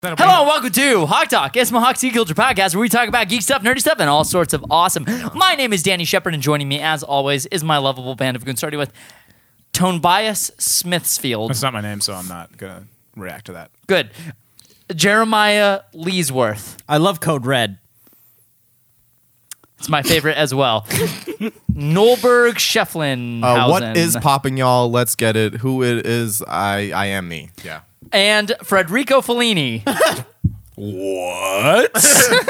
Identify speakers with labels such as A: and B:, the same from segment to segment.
A: that'll bring-
B: Hello and welcome to Hawk Talk. It's my Hawk Sea Culture podcast where we talk about geek stuff, nerdy stuff, and all sorts of awesome. My name is Danny Shepard, and joining me, as always, is my lovable band of goons, starting with Tonebias Smithsfield.
A: That's not my name, so I'm not gonna react to that.
B: Good. Jeremiah Leesworth.
C: I love Code Red.
B: It's my favorite as well. Nolberg Shefflin.
D: Uh, what is popping, y'all? Let's get it. Who it is? I I am me.
A: Yeah.
B: and Federico Fellini.
E: What?
B: So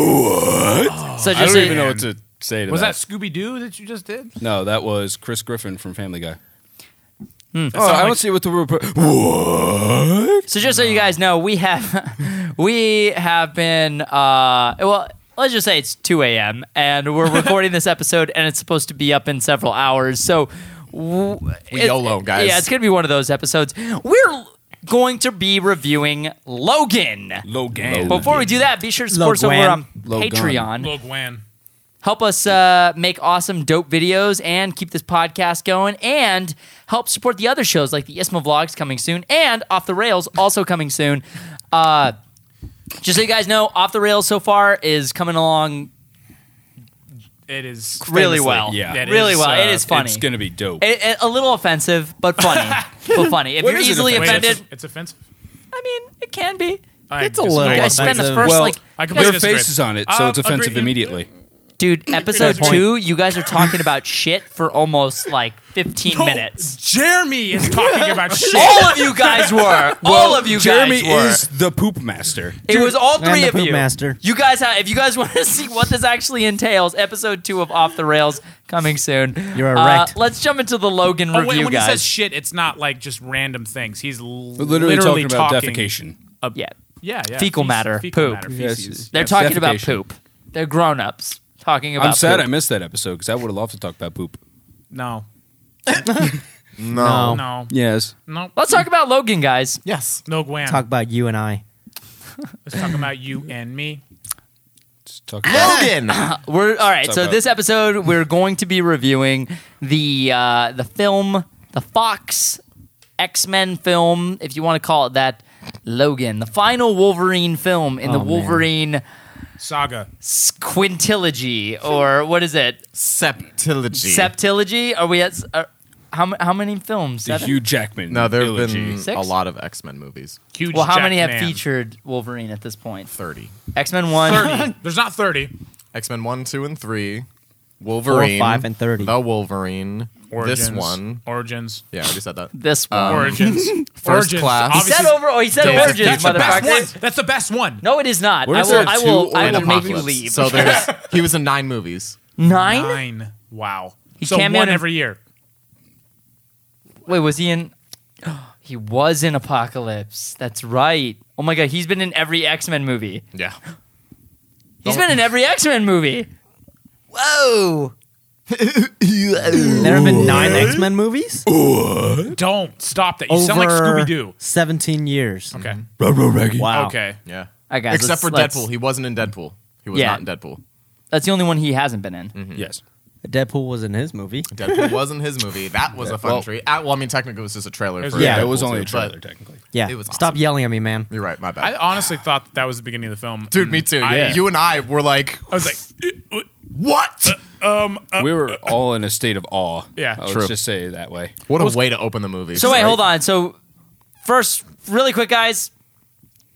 E: I
B: just
E: don't
B: a-
E: even know what to say to
A: Was that Scooby Doo that you just did?
E: No, that was Chris Griffin from Family Guy.
A: That
E: Oh, I
A: sounded
E: don't
A: like-
E: see what the report. What?
B: So just so you guys know, we have we have been uh well let's just say it's 2 a.m. and we're recording this episode and it's supposed to be up in several hours. So w- it-
D: YOLO, guys.
B: Yeah, it's gonna be one of those episodes. We're going to be reviewing Logan.
E: Logan.
B: Before we do that, be sure to support us over
C: Logan.
B: on
E: Logan.
B: Patreon.
A: Lil Gwen.
B: Help us uh, make awesome, dope videos and keep this podcast going, and help support the other shows like the Isma Vlogs coming soon and Off the Rails also coming soon. Uh, just so you guys know, Off the Rails so far is coming along
A: It is
B: really
A: famously-
B: well.
E: yeah.
A: That
B: really
A: is,
B: well.
A: uh,
B: it is funny.
E: It's gonna be dope.
B: It- it- a little offensive, but funny. but funny. If
E: What
B: you're
E: is it
B: easily
A: Wait,
B: offended,
A: it's, it's offensive.
B: I mean, it can be.
A: I
C: It's a
A: disagree.
C: little
B: You
A: I-
B: guys spend the
C: offensive.
B: first
E: Well,
B: like
A: I
E: Their
A: completely disagree.
E: face is on it, so
A: Um,
E: it's offensive
A: agree-
E: immediately.
B: Dude, episode
A: point.
B: two, you guys are talking about shit for almost like 15
A: No,
B: minutes. Oh,
A: Jeremy is talking about shit.
B: All of you guys were. all of you
E: Jeremy
B: guys were.
E: is the poop master.
B: it was all
C: I'm
B: three
C: the
B: of
C: poop
B: you.
C: master.
B: You guys have. If you guys want to see what this actually entails, episode two of Off the Rails coming soon.
C: You're
B: Uh,
C: erect.
B: let's jump into the Logan
A: Oh, wait,
B: review,
A: when
B: guys.
A: he says shit, it's not like just random things. He's l-
E: We're
A: literally,
E: literally, talking about defecation.
B: Uh,
A: ab-
B: yeah,
A: Yeah, yeah.
B: Fecal matter,
A: fecal
B: poop.
A: matter,
E: Yes,
A: feces.
B: they're
A: Yes.
B: talking about
E: defecation.
B: poop. They're grown ups talking about.
E: I'm sad I
B: Poop.
E: missed that episode because I would have loved to talk about poop.
A: No.
D: No.
C: Oh.
A: No.
E: Yes.
A: No.
B: Let's talk about Logan, guys.
D: Yes.
A: No Gwen.
C: Talk about you and I.
A: Let's talk about you and me.
E: Just talk about
D: Logan.
B: We're all right.
E: What's
B: So
E: up, bro?
B: this episode, we're going to be reviewing the uh, the film, the Fox X Men film, if you want to call it that. Logan, the final Wolverine film in the
C: Oh, man.
B: Wolverine
A: Saga.
B: s- quintilogy, or what is it?
D: Septilogy.
B: Septilogy? Are we at? s- Are, how, m- how many films?
E: the
B: Seven?
E: Hugh Jackman.
D: no, there have
E: eulogy.
D: been
B: Six?
D: a lot of X Men movies.
A: Huge
B: well, how many have
A: Jackman.
B: featured Wolverine at this point?
D: Thirty.
B: X Men One,
A: There's not 30.
D: X Men one, two, and three. Wolverine.
C: five, and 30.
D: The Wolverine.
A: Origins.
D: This one.
A: Origins.
D: Yeah, I already said that.
B: this one.
A: Origins.
D: First
A: Origins.
B: Um,
D: class.
B: he said
A: Um, Obviously-
B: over. Oh, he said
D: Damn.
B: origins,
A: That's the best
B: motherfucker.
A: one. That's the best one.
B: No, it is not.
E: Where's there
B: I
E: two
B: will. I will. I
D: And
B: will
E: and
B: make you
D: Apocalypse.
B: leave.
D: So there's he was in nine movies.
B: Nine?
A: Nine. Wow.
B: He
A: so
B: cameoed
A: one
B: in-
A: every year.
B: Wait, was he in? He was in Apocalypse. That's right. Oh my god, he's been in every X Men movie.
D: Yeah.
B: He's been in every X Men movie. Whoa!
C: There have been nine X Men movies
A: Don't stop that. You
C: over
A: sound like Scooby Doo.
C: seventeen years.
B: Mm-hmm.
A: Okay.
C: Wow.
A: Okay.
D: Yeah.
B: All right, guys,
D: Except
B: let's-
D: for
B: let's-
D: Deadpool. He wasn't in Deadpool. He was
B: Yeah.
D: not in Deadpool.
B: That's the only one he hasn't been in.
E: Yes.
C: Deadpool was in his movie.
D: Deadpool wasn't his movie. That was a fun
E: Well-
D: treat. Ah, well, I mean, technically, it was just a trailer.
A: It
D: For
A: was-
C: Yeah,
E: It was
D: Deadpool
E: only a
D: two, but
E: trailer, technically.
C: Yeah.
D: It was
C: Stop
D: awesome.
C: yelling at me, man.
D: You're right. My bad.
A: I honestly thought that, that was the beginning of the film.
D: Dude, me too.
A: I-
D: yeah. You and Mm, I were like,
A: I was like, "Uh, uh,
D: what?
E: we were all in a state of awe.
A: Yeah.
E: let's
D: True.
E: just say it that way.
D: What a way to open the movie.
B: So wait, hold on. So first, really quick, guys.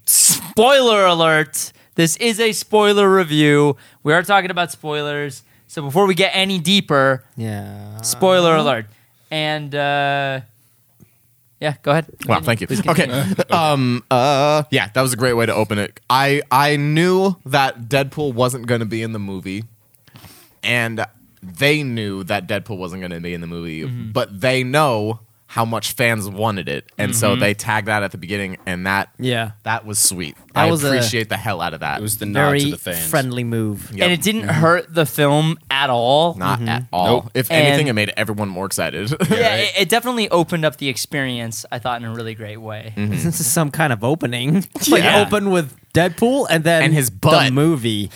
B: Spoiler alert! This is a spoiler review. We are talking about spoilers. So before we get any deeper,
C: Yeah.
B: spoiler alert. And uh, yeah, go ahead.
D: Wow, thank you. Okay. Um uh yeah, that was a great way to open it. I I knew that Deadpool wasn't going to be in the movie and they knew that Deadpool wasn't going to be in the movie, but they know how much fans wanted it. And so they tagged that at the beginning and that
C: Yeah.
D: that was sweet.
C: That
D: I
C: was a-
D: appreciate the hell out of that.
E: It was the nod to
C: Very
E: the fans.
C: friendly move.
D: Yep.
B: And it didn't hurt the film at all.
D: not
C: Mm-hmm.
D: at all.
E: Nope.
D: If anything
B: And-
D: it made everyone more excited.
B: yeah, it, it definitely opened up the experience. I thought in a really great way.
D: Mm-hmm.
C: This is some kind of opening. like
B: Yeah.
C: open with Deadpool and then
D: And his
C: the
D: butt.
C: movie.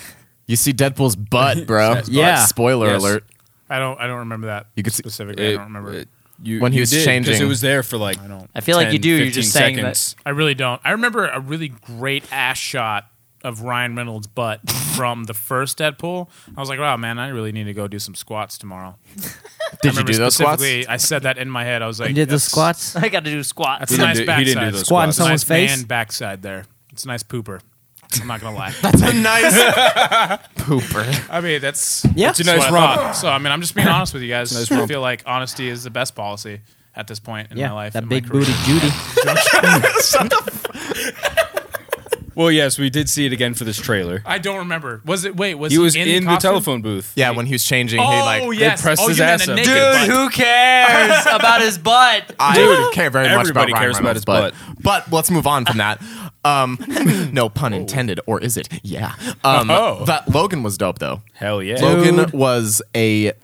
D: you see Deadpoal's butt, bro.
C: Yeah.
D: Spoiler
E: Yes.
D: alert.
A: I don't. I don't remember that.
D: You could see-
A: specifically.
E: It-
A: I don't remember.
E: it- You,
D: When he was changing.
E: because it was there for like. I
A: don't-
B: I feel like you do, you're just saying that-
E: seconds.
A: I really don't. I remember a really great ass shot of Ryan Reynolds' butt from the first Deadpool. I was like, wow, man, I really need to go do some squats tomorrow. I
D: Did you
A: remember
D: do those squats?
A: specifically, I said that in my head. I was like,
C: You did the
A: that's-
C: squats.
B: I got to do squats.
A: That's a nice
E: He didn't do-
A: backside.
E: he didn't do those
C: Squat in
A: It's
E: squats.
A: a
C: someone's
A: nice
C: face?
A: man backside there. It's a nice pooper. I'm not gonna lie.
D: That's a nice pooper.
A: I mean, that's
C: Yeah.
A: that's
C: It's a
A: what
E: nice
A: I
E: romp.
A: thought. So I mean, I'm just being honest with you guys.
E: It's a nice
A: I
E: romp.
A: feel like honesty is the best policy at this point in my life.
C: that
A: in
C: big
A: my career.
C: booty Judy.
E: Well, yes, we did see it again for this trailer.
A: I don't remember. Was it? Wait, was
E: He was in,
A: in
E: the
A: costume?
E: telephone booth.
D: Yeah, when he was changing,
A: Oh
D: he like
A: yes.
E: pressed
A: oh,
E: his
A: you meant
E: ass
A: a
E: up.
A: naked
B: Dude,
A: butt.
B: who cares about his butt?
D: I
E: Dude,
D: care very much about
E: everybody
D: Ryan
E: cares about
D: Reynolds,
E: his
D: but, but let's move on from that. Um, no pun intended, or is it? Yeah. Um,
E: Oh.
D: That Logan was dope though.
E: Hell yeah.
D: Logan was a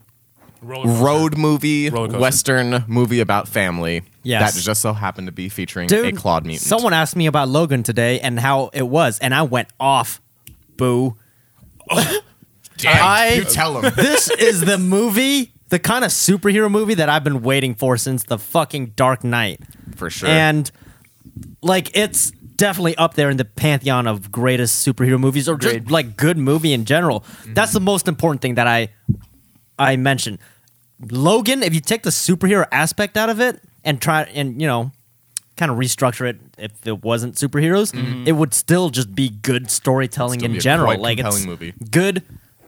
A: Roller coaster.
D: road movie,
A: Roller coaster.
D: western movie about family.
C: Yes.
D: That just so happened to be featuring a
C: Dude,
D: clawed mutant.
C: Someone asked me about Logan today and how it was, and I went off. Boo.
D: Damn,
C: I-
D: you tell him.
C: this is the movie, the kind of superhero movie that I've been waiting for since the fucking Dark Knight.
D: For sure.
C: And like it's definitely up there in the pantheon of greatest superhero movies or just like good movie in general.
D: Mm-hmm.
C: That's the most important thing that I I mentioned. Logan, if you take the superhero aspect out of it and try and you know kind of restructure it if it wasn't superheroes, it would still just be good
D: Mm-hmm.
C: storytelling
D: Still
C: in
D: be a
C: general.
D: quite
C: Like it's
D: compelling movie. Mm-hmm.
C: good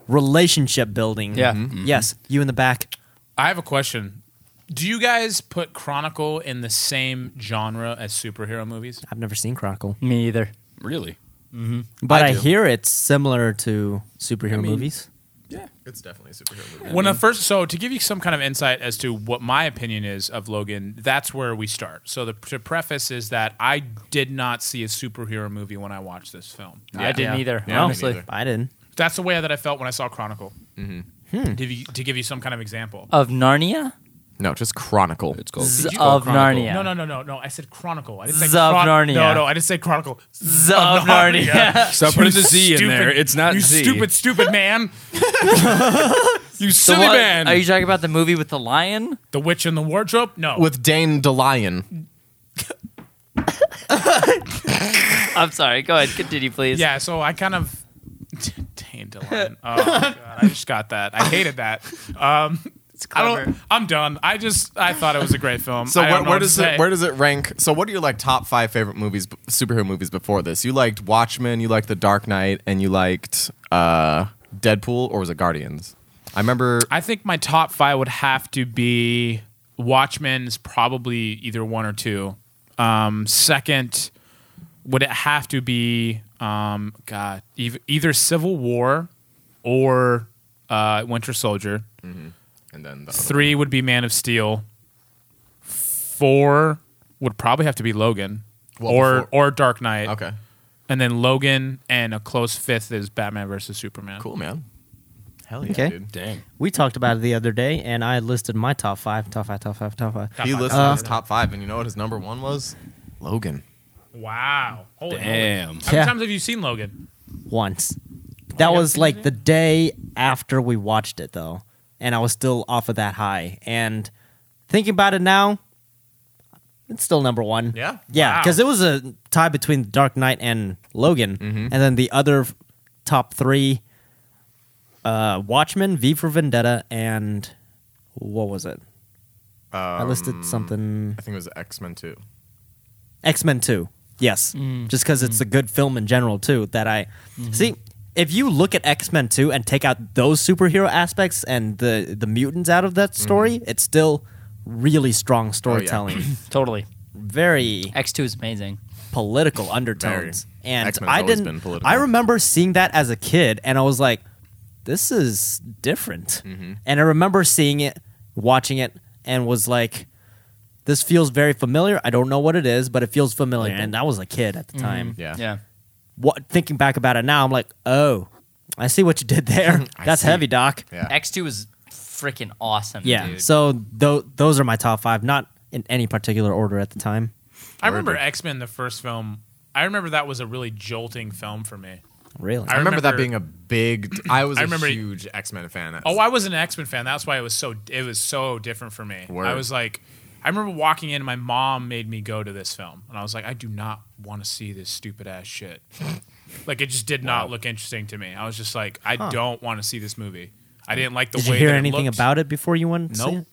C: relationship building.
B: Yeah. Mhm.
C: Yes, you in the back.
A: I have a question. Do you guys put Chronicle in the same genre as superhero movies?
C: I've never seen Chronicle.
B: Me either.
E: Really?
C: But I,
D: I do.
C: hear it's similar to superhero movies.
E: Yeah.
D: It's definitely a superhero movie.
A: When the first, so to give you some kind of insight as to what my opinion is of Logan, that's where we start. So the to preface is that I did not see a superhero movie when I watched this film.
B: I didn't either,
D: Yeah, me
B: honestly.
D: neither.
C: I didn't.
E: e-
A: That's the way that I felt when I saw Chronicle.
E: Mm-hmm.
A: To, give you, to give you some kind of example.
B: Hmm. Of Narnia?
D: No, just Chronicle.
E: It's called
B: Z
E: it's
B: of
E: called Chronicle.
B: Narnia.
A: No, no, no, no, no. I said Chronicle. I didn't say
B: Z of
A: Chron-
B: Narnia.
A: No, no, I didn't say Chronicle. Z
B: Z of Narnia.
E: Stop putting the Z in
A: Stupid-
E: there. It's not
A: you
E: Z.
A: stupid, stupid man.
E: You
B: The
E: silly
B: one-
E: man.
B: Are you talking about the movie with the lion?
A: The Witch in the Wardrobe? No.
D: With Dane DeLion.
B: I'm sorry. Go ahead. Continue, please.
A: Yeah, so I kind of dandelion. Oh god, I just got that. I hated that. Um, I
B: clever.
A: don't. I'm done. I just I thought it was a great film.
D: So
A: I don't
D: where,
A: know
D: where
A: what to
D: does
A: say.
D: it where does it rank? So what are your like top five favorite movies, b- superhero movies before this? You liked Watchmen, you liked The Dark Knight, and you liked uh, Deadpool, or was it Guardians? I remember.
A: I think my top five would have to be Watchmen's probably either one or two. Um, second, would it have to be um, God ev- either Civil War or uh, Winter Soldier?
D: and then the other-
A: Three would be Man of Steel. Four would probably have to be Logan
D: Well,
A: or
D: before-
A: or Dark Knight.
D: okay,
A: and then Logan, and a close fifth is Batman versus Superman.
D: cool, man. Hell yeah,
C: Okay.
D: dude.
E: Dang.
C: We talked about it the other day, and I listed my top five, top five, top five, top five.
A: Top
D: He
A: five.
D: listed his top five, and you know what his number one was? Logan.
A: Wow! Holy moly.
E: Damn.
A: How many
C: Yeah.
A: times have you seen Logan?
C: Once. That
A: yeah.
C: was like the day after we watched it, though, and I was still off of that high. And thinking about it now, it's still number one.
A: Yeah?
C: yeah,
A: Wow.
C: because it was a tie between Dark Knight and Logan,
A: Mm-hmm.
C: and then the other f- top three: uh, Watchmen, V for Vendetta, and what was it? I
A: Um,
C: listed something.
D: I think it was X Men Two.
C: X Men Two. Yes, just because it's a good film in general too. That I see. If you look at X Men Two and take out those superhero aspects and the the mutants out of that story, it's still really strong storytelling.
B: Totally.
C: Very
B: X2 is amazing.
C: political undertones. And
D: X-Men's
C: I
D: always
C: didn't.
D: been political.
C: I remember seeing that as a kid, and I was like, "This is different." And I remember seeing it, watching it, and was like, "This feels very familiar. I don't know what it is, but it feels familiar." And I was a kid at the time.
D: Yeah.
B: Yeah.
C: What thinking back about it now, I'm like, "Oh, I see what you did there. That's heavy, Doc."
D: Yeah.
B: X2 is freaking awesome.
C: Yeah.
B: Dude.
C: So tho- those are my top five, not in any particular order at the time.
A: I remember X Men, the first film. I remember that was a really jolting film for me.
C: Really.
A: I
D: I remember, that
A: remember-
D: being a big. I was a
A: I remember-
D: huge X Men fan.
A: Oh, I was an X Men fan. That's why it was so it was so different for me.
D: Word.
A: I was like, I remember walking in, my mom made me go to this film, and I was like, I do not want to see this stupid ass shit. like it just did not look interesting to me. I was just like, I don't want to see this movie. I didn't like the
C: Did
A: way
C: you hear
A: that it
C: anything
A: looked.
C: about it before you went? To see
A: Nope.
C: it?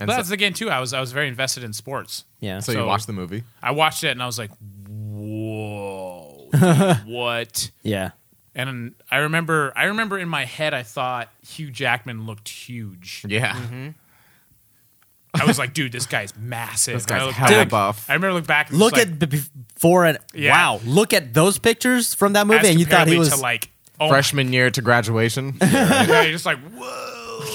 D: And
A: But
D: so,
A: that's again too. I was I was very invested in sports.
C: Yeah.
D: so
A: so-
D: you watched the movie.
A: I watched it and I was like, whoa, dude, what?
C: yeah.
A: And I remember, I remember in my head, I thought Hugh Jackman looked huge.
D: Yeah.
A: I was like, dude, this guy's massive.
D: This
A: And I
D: guy's
A: looked
D: hella
A: back-
D: buff.
A: I remember looking back. And
C: Look
A: it's
C: at the before and
A: Yeah.
C: wow. Look at those pictures from that
A: like,
C: movie,
A: as
C: and you thought
A: compared
C: he
A: to
C: was
A: like oh
D: Freshman year to graduation.
A: my God, you're just like whoa.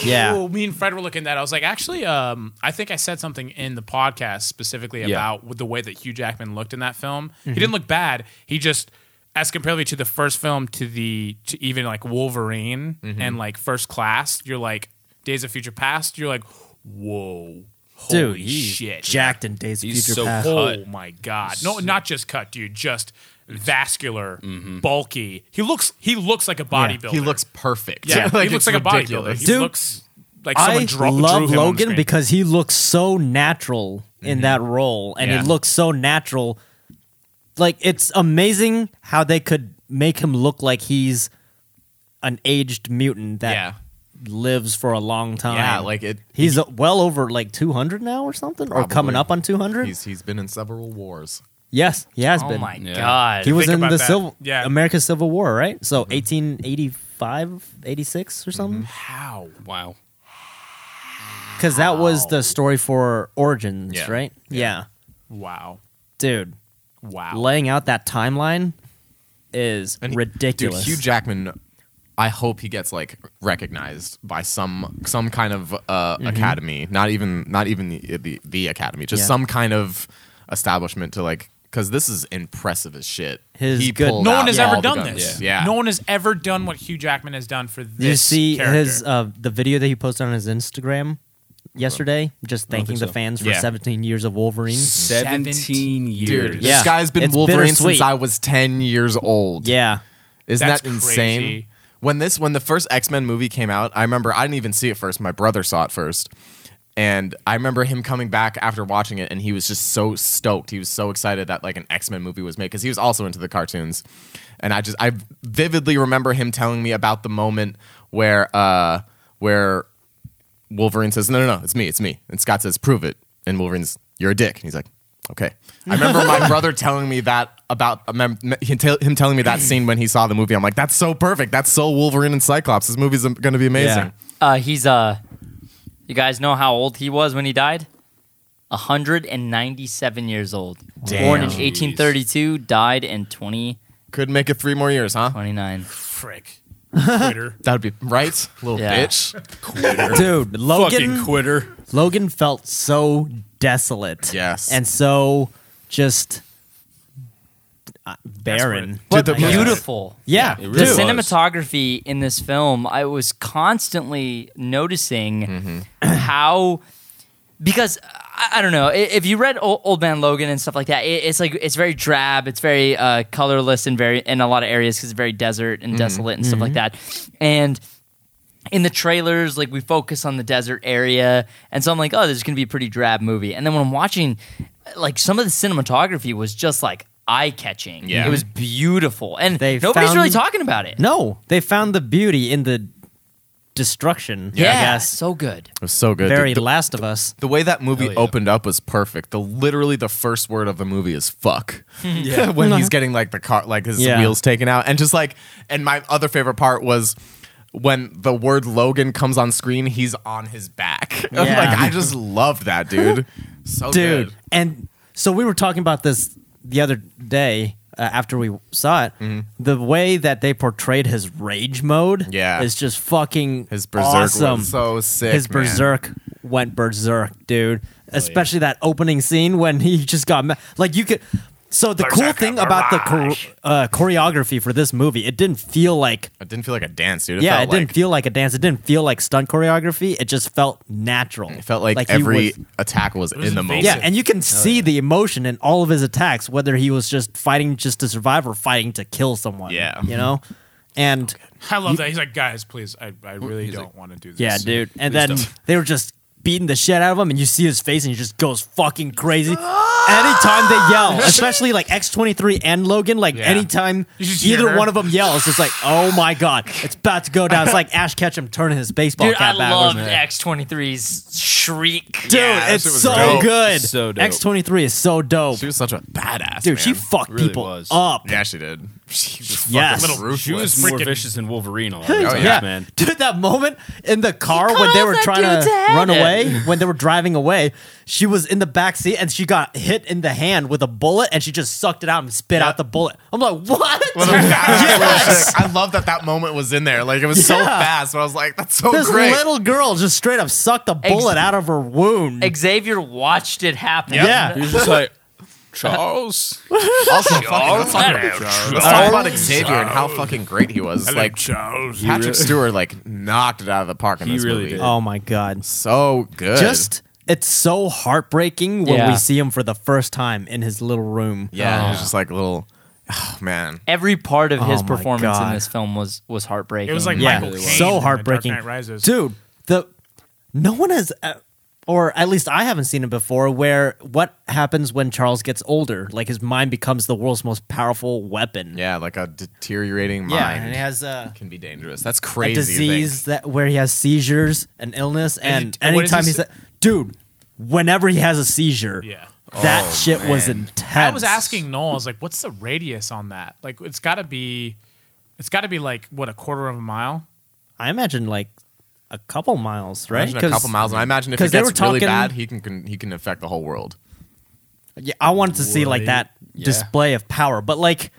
C: Yeah.
A: Me and Fred were looking at that. I was like, actually, um, I think I said something in the podcast specifically about the way that Hugh Jackman looked in that film.
C: Mm-hmm.
A: He didn't look bad. He just as compared to the first film to the to even like Wolverine
C: Mm-hmm.
A: and like First Class, you're like Days of Future Past. You're like whoa. Holy
C: dude, he's
A: shit.
C: jacked in Days of
E: He's
C: Future
E: so
C: Past.
E: cool.
A: Oh
E: cut.
A: my god! No, not just cut, dude. Just vascular, bulky. He looks. He looks like a bodybuilder.
D: he looks perfect.
A: Yeah,
D: Like,
A: he looks
D: it's
A: like a bodybuilder.
D: ridiculous.
A: He
C: Dude,
A: looks like someone
C: I
A: draw, drew
C: love
A: him on the
C: Logan
A: screen.
C: because he looks so natural in that role, and
D: Yeah.
C: it looks so natural. Like it's amazing how they could make him look like he's an aged mutant that
D: Yeah.
C: lives for a long time.
D: Yeah, like it.
C: he's uh well over like 200 now or something, or coming
D: Probably.
C: up on 200.
D: He's he's been in several wars.
C: yes, he has
B: Oh
C: been.
B: my
E: Yeah.
B: god.
C: he was
A: Think
C: in
A: about
C: the
A: that.
C: civil
A: Yeah.
C: America's Civil War, right? So 1885, 86 or something.
A: Mm-hmm. how?
E: Wow.
C: Because that was the story for Origins,
D: Yeah.
C: right? Yeah.
A: Wow,
C: Dude,
A: wow.
C: laying out that timeline is
D: And he-
C: ridiculous.
D: Dude, Hugh Jackman. I hope he gets like recognized by some some kind of uh,
A: Mm-hmm.
D: academy. Not even not even the the, the academy. Just
C: Yeah.
D: some kind of establishment to like because this is impressive as shit.
C: His
D: he
C: good-
D: pulled
A: no
D: out
A: one has
D: all
A: ever
D: the
A: done
D: guns.
A: this.
D: Yeah.
A: No one has ever done what Hugh Jackman has done for this.
C: Did you see
A: character.
C: his uh, the video that he posted on his Instagram yesterday, just thanking the
E: so.
C: fans for
D: Yeah.
C: 17 years of Wolverine?
E: 17, years.
D: Dude,
C: Yeah.
D: this guy's been
C: It's
D: Wolverine
C: bittersweet.
D: since I was ten years old.
C: Yeah.
D: Isn't
A: That's
D: that insane?
A: crazy.
D: When this when the first X Men movie came out, I remember I didn't even see it first. My brother saw it first, and I remember him coming back after watching it, and he was just so stoked. He was so excited that like an X Men movie was made because he was also into the cartoons, and I just I vividly remember him telling me about the moment where uh where Wolverine says, "No, no, no, it's me, it's me." And Scott says, "Prove it." And Wolverine's, "You're a dick." And he's like, "Okay." I remember my brother telling me that about I mem- him tell- him telling me that scene when he saw the movie. I'm like, "That's so perfect. That's so Wolverine and Cyclops. This movie's going to be amazing."
B: Uh, he's uh, you guys know how old he was when he died? 197 years old. Born in
D: Damn.
B: 1832, died in 2029.
D: Could make it three more years, huh?
A: frick? Twitter.
D: That'd be right, little
B: Yeah.
D: bitch.
C: Dude,
E: Fucking
C: Logan
E: quitter.
C: Logan felt so desolate.
D: Yes.
C: And so just uh, barren.
B: But
D: the-
B: beautiful.
C: Yeah.
E: It
B: The
E: really was.
B: cinematography in this film, I was constantly noticing how, because I, I don't know, i- if you read Old, Old Man Logan and stuff like that, it, it's like it's very drab, it's very uh, colorless, and very in a lot of areas because it's very desert
E: Mm-hmm.
B: and desolate and stuff like that, and in the trailers, like we focus on the desert area, and so I'm like, oh, this is gonna be a pretty drab movie. And then when I'm watching, like some of the cinematography was just like eye catching.
D: Yeah.
B: it was beautiful, and
C: They
B: nobody's
C: found-
B: really talking about it.
C: No, they found the beauty in the destruction.
B: yeah,
C: I guess.
B: so good.
D: It was so good.
C: Very
D: the, the-
C: Last of Us.
D: the way that movie
E: Hell yeah.
D: opened up was perfect. The literally the first word of the movie is "fuck" when he's getting like the car, like his
C: Mm-hmm. Yeah.
D: wheels taken out, and just like. And my other favorite part was when the word Logan comes on screen, he's on his back.
C: Yeah.
D: like I just loved that dude. So
C: dude.
D: good.
C: And so we were talking about this the other day uh, after we saw it.
D: Mm-hmm.
C: The way that they portrayed his rage mode,
D: Yeah.
C: is just fucking
D: His berserk
C: awesome.
D: was so sick.
C: his
D: man. Oh,
C: berserk went berserk, dude. Especially that opening scene when he just got ma- like you could. So the cool
A: Berserk
C: thing about the chor- uh, choreography for this movie, it didn't feel like
D: It didn't feel like a dance, dude. It
C: yeah,
D: felt
C: it didn't
D: like,
C: feel like a dance. It didn't feel like stunt choreography. It just felt natural.
D: It felt like,
C: he
D: every
C: was-
D: attack was,
A: was
D: in the moment.
A: invasive.
C: yeah, and you can see the emotion in all of his attacks, whether he was just fighting just to survive or fighting to kill someone.
D: Yeah.
C: you know, and
A: I love that. He's like, guys, please, I, I really don't want to do this.
C: yeah, dude, and then they were just beating the shit out of him, and you see his face, and he just goes fucking crazy. anytime they yell, especially like X23 and Logan, like
A: Yeah.
C: anytime
A: You just
C: either
A: hear her.
C: one of them yells, it's like, oh my god, it's about to go down. It's like Ash Ketchum turning his baseball
B: Dude, I
C: cap backwards.
B: loved X23's shriek.
C: Dude,
D: Yeah, that
C: it's
D: shit was
C: so
D: dope.
C: good.
E: So dope.
C: X23 is so dope.
D: She was such a badass.
C: Dude, she
D: man.
C: fucked
E: Really
C: people
E: was.
C: up.
D: Yeah, she did. She was fucking
C: Yes. Little-
D: ruthless.
E: She was more
A: Freaking-
E: vicious than Wolverine a lot of
C: Oh,
E: times,
D: yeah.
E: man.
C: Dude, that moment in the car
B: cut
C: when they
B: off
C: were
B: that
C: trying
B: dude's
C: to
B: head.
C: run away, when they were driving away, she was in the back seat and she got hit in the hand with a bullet and she just sucked it out and spit out the bullet. I'm like, what?
D: What a badass little chick. I love that that moment was in there. Like it was so
C: Yeah.
D: fast, but I was like, "That's so
C: this
D: great."
C: little girl just straight up sucked a bullet out of her wound.
B: Xavier watched it happen.
C: Yeah.
E: He was just like,
A: Oh,
E: Charles.
D: also, fucking,
C: Oh,
D: let's talk about, let's talk about Xavier and how fucking great he was. like
A: Charles.
D: Patrick Stewart, like knocked it out of the park in
E: He
D: this
E: really
D: movie.
E: did.
C: oh my god.
D: So good.
C: Just it's so heartbreaking when
B: Yeah.
C: we see him for the first time in his little room.
D: yeah, it was just like little. Oh man,
B: Every part of his
C: Oh my
B: performance in
C: God.
B: this film was was heartbreaking.
A: It was like
C: yeah,
A: Michael Caine in The
C: so
A: Dark
C: heartbreaking.
A: Knight Rises.
C: Dude, the no one has, uh, or at least I haven't seen it before. Where what happens when Charles gets older? Like his mind becomes the world's most powerful weapon.
D: yeah, like a deteriorating
C: yeah,
D: mind
C: and he has uh,
D: can be dangerous. That's
C: a
D: crazy. to think.
C: disease that where he has seizures and illness, and,
A: he- and what is
C: anytime
A: he
C: he's
A: sa-
C: dude, whenever he has a seizure,
A: Yeah.
C: that shit
D: Oh,
C: was
D: man.
A: I
C: intense.
A: was asking Noel, I was like, what's the radius on that? Like, it's got to be, it's got to be like, what, a quarter of a mile?
C: I imagine like a couple miles, right?
D: Imagine a couple
C: 'Cause-
D: miles, and I imagine if
C: 'cause
D: it
C: they
D: gets
C: were
D: really
C: talking-
D: bad, he can, can he can affect the whole world.
C: Yeah, I wanted to see like that display of power, but like,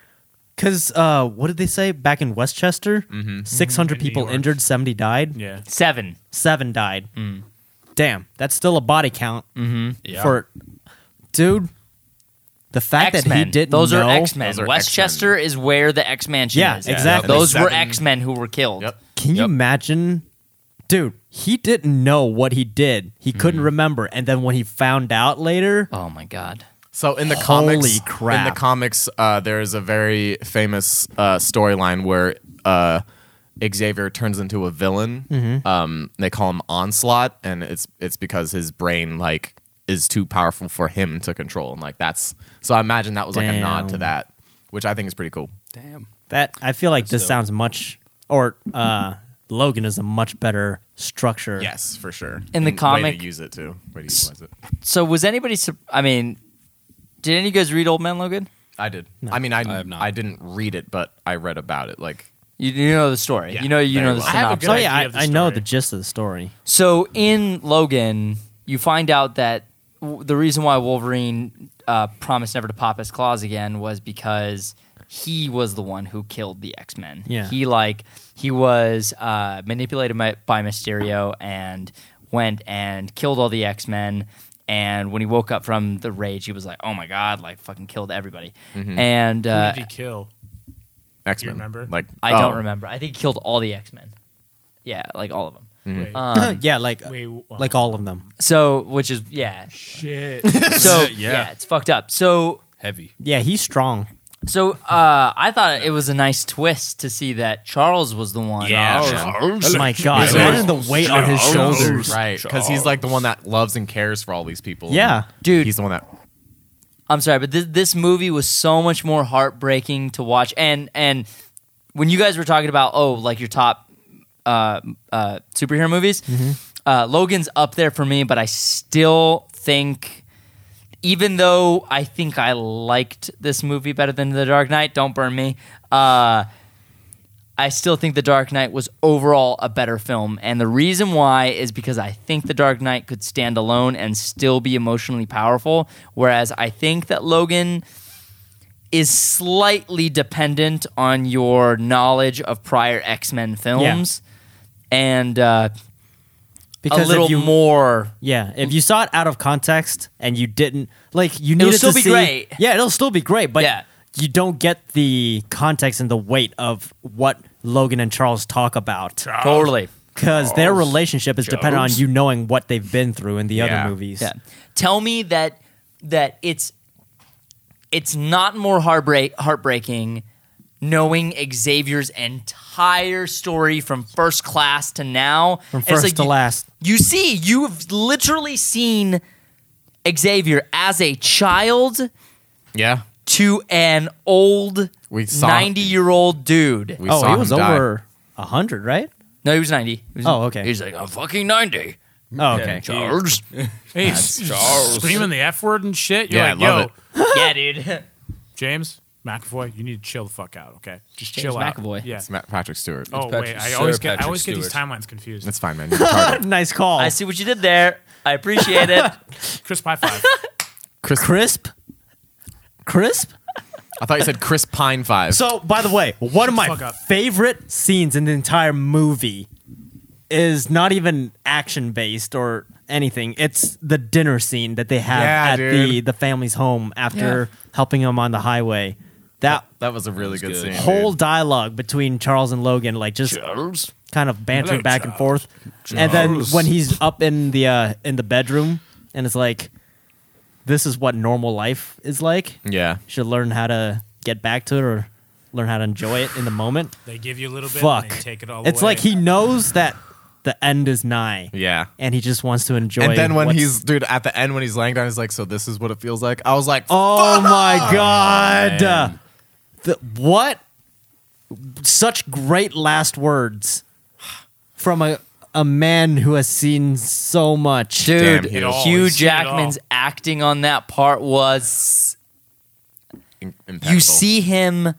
C: cause uh, what did they say back in Westchester?
E: Mm-hmm.
A: In
C: hundred
A: New
C: people
A: York.
C: injured, seventy died,
A: Yeah.
B: seven.
C: seven died. Damn, that's still a body count
E: Mm. Mm-hmm. Yeah.
C: for dude. The fact
B: X Men.
C: that he didn't
B: Those
C: know,
B: are X Men.
D: Those are
B: Westchester is where the X Mansion
C: Yeah,
B: is.
C: exactly.
B: Those were
D: Seven.
B: X Men who were killed.
D: Yep.
C: Can you
E: Yep.
C: imagine? Dude, he didn't know what he did. He
E: Mm-hmm.
C: couldn't remember, and then when he found out later,
B: Oh my god.
D: So in the
C: Holy
D: comics,
C: crap.
D: in the comics, uh, there is a very famous uh, storyline where uh, Xavier turns into a villain. Um, they call him Onslaught, and it's it's because his brain like is too powerful for him to control, and like that's so. I imagine that was like a nod to
C: Damn.
D: that, which I think is pretty cool.
E: Damn.
C: That I feel like this
E: dope.
C: sounds much or uh Logan is a much better structure.
D: Yes, for sure.
B: In the
D: And way
B: comic-
D: to use it too. Way to utilize it.
B: So was anybody? sur- I mean, did any of you guys read Old Man Logan?
D: I did. I mean, I
E: I
D: I,
E: have not.
D: didn't read it, but I read about it. Like
B: You, you know the story.
D: Yeah,
B: you know you
D: very
B: know the
D: well. I have
A: a
B: synopsis.
A: good
C: So
A: idea
C: yeah, I,
A: of the
C: I know
A: story.
C: the gist of the story.
B: So in Logan, you find out that w- the reason why Wolverine uh, promised never to pop his claws again was because he was the one who killed the X Men.
C: Yeah.
B: He like he was uh, manipulated by, by Mysterio and went and killed all the X Men. And when he woke up from the rage, he was like, "Oh my god!" Like fucking killed everybody. And uh,
A: Who did he kill?
D: X Men.
A: remember?
D: Like
B: I
D: oh.
B: don't remember. I think he killed all the X Men. Yeah, like all of them.
A: Wait,
B: Uh,
C: yeah, like
A: wait, w-
C: like all of them.
B: So, which is yeah.
A: shit.
B: So yeah.
E: Yeah.
B: it's fucked up. So
E: Heavy.
C: Yeah, he's strong.
B: so uh, I thought it was a nice twist to see that Charles was the one.
C: Oh my god. Imagine the weight on his shoulders.
D: Right, because he's like the one that loves and cares for all these people.
C: Yeah.
B: Dude.
D: he's the one that.
B: I'm sorry, but this this movie was so much more heartbreaking to watch. And and when you guys were talking about oh, like your top uh, uh, superhero movies,
D: Mm-hmm.
B: uh, Logan's up there for me. But I still think, even though I think I liked this movie better than The Dark Knight, don't burn me. Uh, I still think The Dark Knight was overall a better film. And the reason why is because I think The Dark Knight could stand alone and still be emotionally powerful. Whereas I think that Logan is slightly dependent on your knowledge of prior X Men films and uh, a
C: Because
B: little
C: if you
B: more.
C: Yeah, if you saw it out of context and you didn't like, you needed
B: still
C: to
B: be
C: see-
B: great.
C: Yeah, it'll still be great, but
B: Yeah.
C: you don't get the context and the weight of what Logan and Charles talk about
B: Totally.
C: because their relationship is dependent on
E: Charles.
C: you knowing what they've been through in the
D: Yeah.
C: other movies.
B: Yeah. Tell me that that it's it's not more heartbreak heartbreaking knowing Xavier's entire story from first class to now.
C: From
B: And it's
C: first
B: like
C: to
B: you-
C: last.
B: You see, you've literally seen Xavier as a child
D: Yeah.
B: to an old
D: We saw-
B: 90 year old dude.
D: We
C: Oh,
D: saw
C: he was
D: him die.
C: over a hundred, right?
B: No, he was 90. He was-
C: Oh, okay.
B: He's like, I'm fucking 90.
C: Oh, okay.
B: Charles.
A: Hey, screaming the F word and shit. You're
D: Yeah, I
A: like,
D: love
A: yo,
D: it.
B: yeah, dude.
A: James McAvoy, you need to chill the fuck out, okay? Just
B: James
A: chill out.
B: McAvoy.
A: Yeah.
D: It's Matt Patrick Stewart.
A: oh, wait.
E: Patrick-
A: I
E: Sir
A: always, get, I
E: Patrick
A: always get these
E: Stewart.
A: timelines confused.
D: It's fine, man. You're retarded.
C: nice call.
B: I see what you did there. I appreciate it.
A: Chris Pie 5.
C: Crisp. Crisp.
D: I thought you said Chris Pine Five.
C: So, by the way, one of
A: the fuck
C: my
A: up.
C: favorite scenes in the entire movie is not even action based or anything. It's the dinner scene that they have
D: Yeah,
C: at the
D: dude.
C: the family's home after helping them on the highway. That
D: that was a really good,
E: good.
D: scene.
C: whole
D: dude.
C: dialogue between Charles and Logan, like just kind of bantering
A: Hello,
C: back and forth, and then
E: Charles.
C: when he's up in the uh, in the bedroom, and it's like, this is what normal life is like.
D: Yeah.
C: should learn how to get back to it or learn how to enjoy it in the moment.
A: They give you a little bit
C: Fuck,
A: and they take it all
C: it's
A: away.
C: like he knows that the end is nigh.
D: Yeah.
C: and he just wants to enjoy.
D: And then when
C: what's-
D: he's dude at the end when he's laying down, he's like, "So this is what it feels like." I was like,
C: oh my god,
D: man.
C: the, what? Such great last words from a a man who has seen so much.
D: Damn,
B: Dude,
D: he was-
B: Hugh
A: He's seen it all.
B: Jackman's acting on that part was.
D: In-
B: You
D: impeccable.
B: see him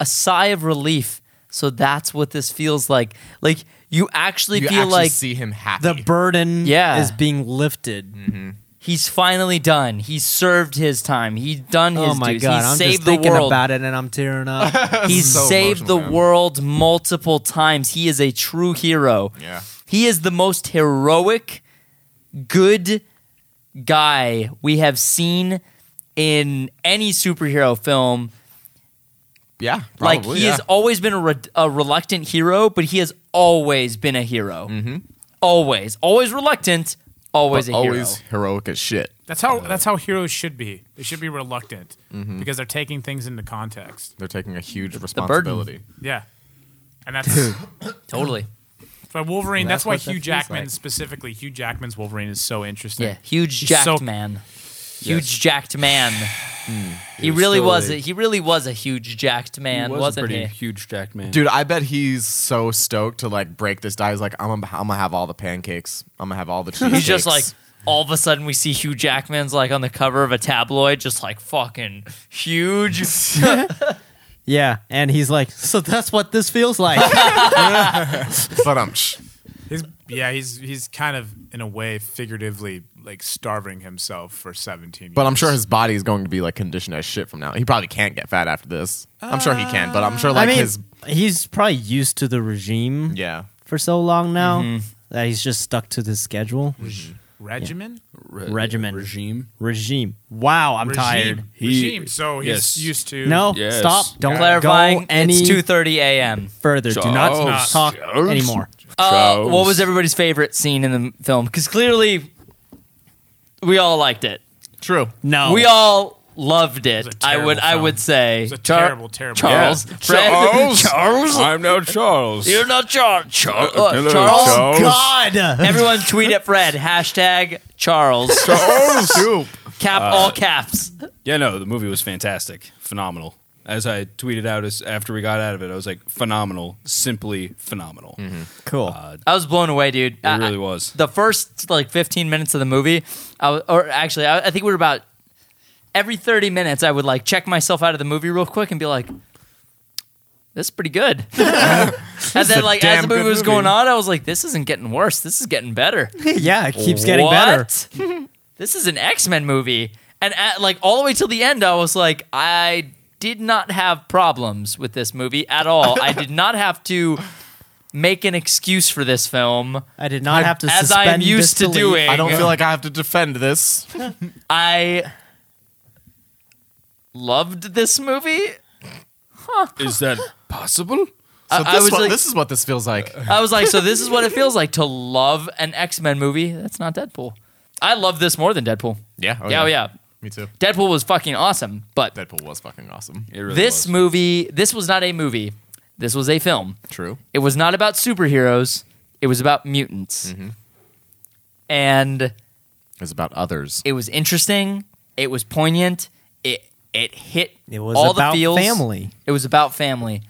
B: a sigh of relief. So that's what this feels like. Like, you actually
D: you
B: feel
D: actually
B: like
D: see him happy.
C: The burden
B: Yeah. Mm.
C: is being lifted.
B: he's finally done. He's served his time. He's done his
C: Oh my
B: dues.
C: god!
B: He's
C: I'm
B: saved
C: just thinking
B: the world.
C: about it and I'm tearing up.
B: He's
D: So
B: saved the
D: emotional, man.
B: world multiple times. He is a true hero.
D: Yeah.
B: He is the most heroic, good guy we have seen in any superhero film.
D: yeah, probably,
B: like, he
D: yeah.
B: has always been a, re- a reluctant hero, but he has always been a hero. Mm-hmm. Always. Always reluctant, always a hero.
D: always heroic as shit.
A: That's how that's how heroes should be. They should be reluctant because they're taking things into context.
D: They're taking a huge
B: burden.
D: responsibility.
A: Yeah, and that's
B: Totally.
A: but Wolverine. That's,
D: That's
A: why
D: what that
A: Hugh
D: feels
A: Jackman,
D: like.
A: specifically Hugh Jackman's Wolverine, is so interesting.
B: Yeah, huge
A: He's
B: jacked
A: so-
B: man. Huge jacked man. he
D: was
B: really
D: still
B: was.
D: a-
B: A, he really was a huge jacked man,
E: was
B: was not
E: a pretty
B: he?
E: huge jacked man.
D: Dude, I bet he's so stoked to like break this diet. He's like, I'm gonna, I'm gonna have all the pancakes. I'm gonna have all the cheese.
B: He's just like all of a sudden we see Hugh Jackman's like on the cover of a tabloid, just like fucking huge.
C: yeah, and he's like, so that's what this feels like.
D: but um, shh.
A: He's, yeah, he's he's kind of in a way figuratively like starving himself for seventeen.
D: but I'm
A: years.
D: sure his body is going to be like conditioned as shit from now. He probably can't get fat after this. I'm sure he can, but I'm sure like
C: Uh, I mean,
D: his
C: he's probably used to the regime
D: yeah.
C: for so long now
B: Mm-hmm.
C: that he's just stuck to the schedule.
A: regimen
E: Re-
C: Regimen.
E: Regime.
C: Regime. Wow, I'm
A: regime
C: tired.
E: He-
A: regime. So he's
E: yes.
A: used to
C: No,
E: Yes.
C: stop. Don't
B: Clarifying,
C: go any
B: it's two thirty a.m.
C: further. Do not
E: Charles.
C: talk
E: Charles.
C: anymore.
B: Uh,
E: Charles.
B: what was everybody's favorite scene in the film? Because clearly, we all liked it.
D: True.
C: No.
B: We all loved it.
A: Oh. was a
B: I would.
A: terrible
B: I
A: film.
B: would say
A: It's a
B: Char-
A: terrible, terrible.
B: Charles. Fred-
E: Charles. Charles. I'm now Charles.
B: You're not Charles. Char-
E: Uh,
B: uh,
E: hello,
B: Charles.
E: Charles.
C: God.
B: Everyone tweet at Fred. Hashtag Charles.
D: Charles. Soup.
B: Cap all caps.
E: Yeah, no, the movie was fantastic, phenomenal. As I tweeted out as after we got out of it, I was like, phenomenal, simply phenomenal.
C: Cool.
B: I was blown away, dude.
E: It really was.
B: The first like 15 minutes of the movie, I was, or actually, I, I think we were about every 30 minutes. I would like check myself out of the movie real quick and be like, "This is pretty good." and then like as the
D: damn
B: movie
D: good
B: was
D: movie.
B: going on, I was like, "This isn't getting worse. This is getting better."
C: yeah, it keeps getting better.
B: What? this is an X Men movie, and at, like all the way till the end, I was like, I did not have problems with this movie at all. I did not have to make an excuse for this film.
C: I did not have to
B: as I
C: suspend
B: am used to
C: disbelief.
B: doing.
D: I don't feel like I have to defend this.
B: I loved this movie.
E: Is that possible?
D: So
B: I- I
D: this,
B: was
D: what-
B: like- Uh,
D: this is what this feels like.
B: I was like, so this is what it feels like to love an X Men movie that's not Deadpool. I love this more than Deadpool.
D: Yeah.
B: yeah, oh yeah.
D: Me too.
B: Deadpool was fucking awesome, but
D: Deadpool was fucking awesome.
E: It really
B: this
E: was.
B: movie, this was not a movie. This was a film.
D: True.
B: It was not about superheroes. It was about mutants. And
D: It's about others.
B: it was interesting. It was poignant. It it hit
C: It was
B: all
C: about
B: the feels.
C: family.
B: It was about family.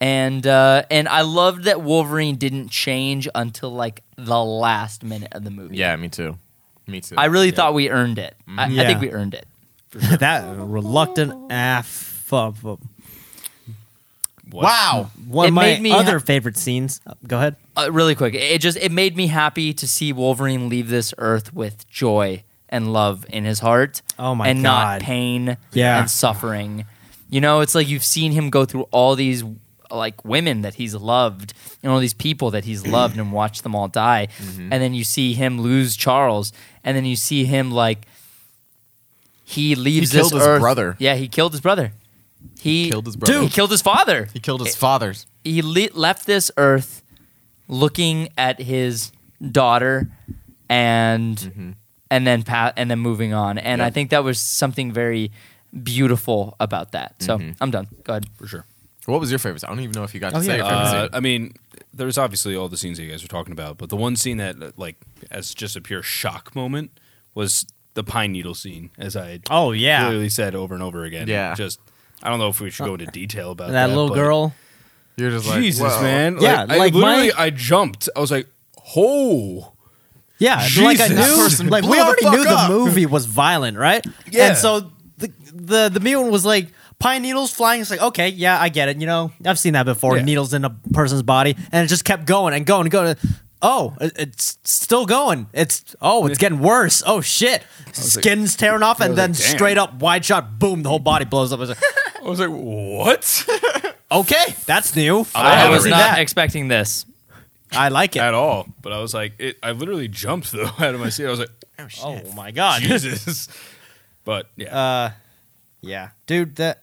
B: And uh, and I loved that Wolverine didn't change until like the last minute of the movie.
D: Yeah, me too. Me too.
B: I really thought we earned it. I, I
C: Yeah.
B: think we earned it.
C: that reluctant aff. of- of-
D: wow.
C: One
B: It
C: of my
B: made me
C: other
B: ha-
C: favorite scenes. Go ahead.
B: uh, really quick. It just it made me happy to see Wolverine leave this earth with joy and love in his heart.
C: Oh my
B: and not
C: God.
B: pain
C: Yeah.
B: and suffering. You know, it's like you've seen him go through all these like women that he's loved and all these people that he's loved and watch them all die.
C: Mm-hmm.
B: And then you see him lose Charles and then you see him like he leaves this
D: killed his
B: earth-
D: brother.
B: Yeah, he killed his brother. He
D: Killed his brother.
B: He killed his father
D: He killed his fathers.
B: he le- left this earth looking at his daughter and and then pa- and then moving on and i
D: Yep.
B: think that was something very beautiful about that so i'm done go ahead
E: for sure.
D: What was your favorite? I don't even know if you got to
C: Oh,
D: say
C: yeah.
D: your favorite
E: Uh,
D: scene.
E: I mean, there's obviously all the scenes that you guys were talking about, but the one scene that, like, as just a pure shock moment was the pine needle scene, as I had
C: Oh, yeah.
E: clearly said over and over again.
D: Yeah.
E: just I don't know if we should go into detail about
C: That, little
E: but-
C: girl.
D: You're just like
E: Jesus,
D: whoa.
E: man.
C: Yeah,
E: I
C: like,
E: literally,
C: my-
E: I jumped. I was like, oh,
C: Yeah, like
E: Jesus.
C: I knew,
E: Person
C: like
D: blew
C: we
D: the
C: already
D: fuck
C: knew
D: up.
C: the movie was violent, right?
E: Yeah.
C: And so the the the mutant was like pine needles flying. It's like okay, yeah, I get it. You know, I've seen that before.
E: Yeah.
C: Needles in a person's body, and it just kept going and going and going. Oh, it- it's still going. It's oh, it's getting worse. Oh shit, skin's tearing off, and
E: was
C: then
E: like, damn.
C: straight up wide shot, boom, the whole body blows up. I was like,
E: I was like, what
C: okay, that's new.
B: i,
D: gotta
B: was
D: read
B: not
C: that.
B: expecting this
C: I like it.
E: at all? But I was like, it, I literally jumped though out of my seat. I was like, oh shit,
C: Oh my god,
E: Jesus. But yeah,
C: yeah, dude, that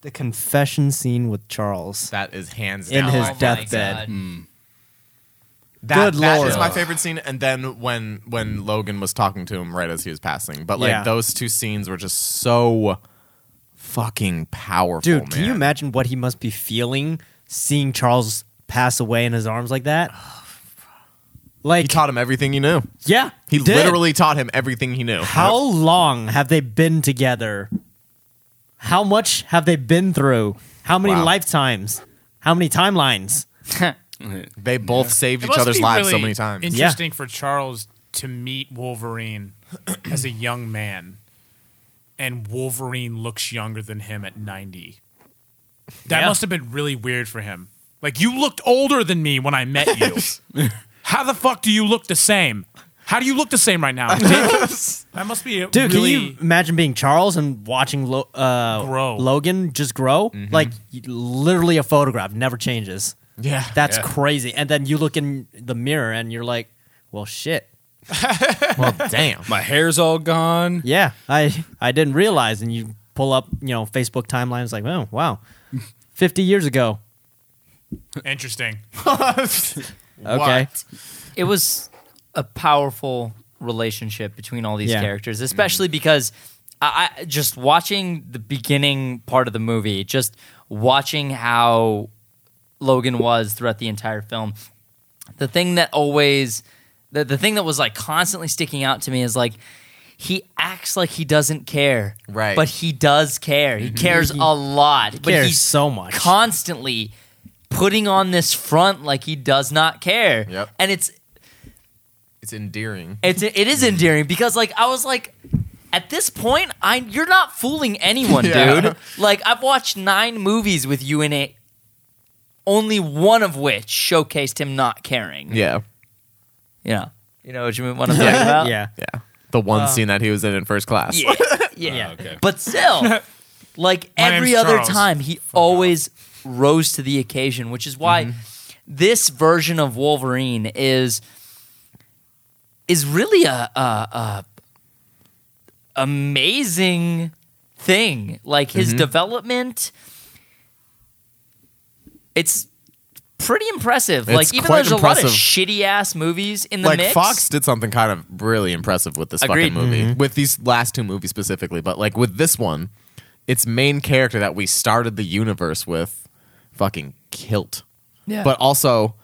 C: the confession scene with Charles.
D: That is hands
C: In
D: down.
C: his
D: my-
C: death- deathbed.
D: that,
C: Good
D: that
C: lord.
D: is my favorite scene. And then when when Logan was talking to him right as he was passing, but like
C: Yeah.
D: those two scenes were just so fucking powerful.
C: Dude, can
D: Oh, man.
C: you imagine what he must be feeling seeing Charles pass away in his arms like that?
D: He
C: Like,
D: taught him everything Oh, he knew.
C: yeah,
D: He
C: did.
D: literally taught him everything he knew.
C: How long have they been together? How much have they been through? How many
D: Wow.
C: lifetimes? How many timelines?
D: they both saved
A: It
D: each
A: must
D: other's
A: be
D: lives so
A: really
D: many times.
A: Interesting for Charles to meet Wolverine as a young man, and Wolverine looks younger than him at ninety. That
C: Yeah.
A: must have been really weird for him. Like you looked older than me when I met you. How the fuck do you look the same? How do you look the same right now? dick? that must be a
C: Dude,
A: really
C: can you imagine being Charles and watching Lo- uh,
A: Grow.
C: Logan just grow?
D: Mm-hmm.
C: Like, y- literally a photograph never changes.
D: Yeah.
C: That's
E: Yeah.
C: crazy. And then you look in the mirror and you're like, well, shit.
D: well, damn.
E: my hair's all gone.
C: Yeah, I I didn't realize, and you pull up, you know, Facebook timelines like, oh wow, fifty years ago.
A: interesting.
C: Okay,
D: What?
B: it was a powerful relationship between all these
C: Yeah.
B: characters, especially because I, I just watching the beginning part of the movie, just watching how Logan was throughout the entire film. The thing that always, the, the thing that was like constantly sticking out to me is like, he acts like he doesn't care,
D: Right.
B: But he does care. He cares a lot. but
C: Mm-hmm. cares
B: he's
C: so much.
B: constantly putting on this front like he does not care.
D: Yep.
B: And it's
D: It's endearing.
B: it's it is endearing because like I was like at this point I you're not fooling anyone,
D: Yeah.
B: dude. Like I've watched 9 movies with you in it only one of which showcased him not caring.
D: Yeah.
B: Yeah. You know what you mean what I'm talking about?
C: yeah,
D: Yeah. The one
C: Uh.
D: scene that he was in in first class.
B: Yeah.
E: Yeah.
B: Yeah.
E: okay.
B: But still, like
A: My name's
B: every other
A: Charles.
B: time, he always rose to the occasion, which is why
D: Mm-hmm.
B: this version of Wolverine is is really a, a, a amazing
D: Mm-hmm.
B: thing. Like his development, it's pretty impressive.
D: It's
B: like even though
D: quite
B: there's a lot
D: impressive.
B: of shitty ass movies in the
D: like
B: mix,
D: Fox did something kind of really impressive with this
B: Agreed.
D: fucking movie,
C: Mm-hmm.
D: with these last two movies specifically, but like with this one, its main character that we started the universe with, fucking kilt.
B: Yeah.
D: But also,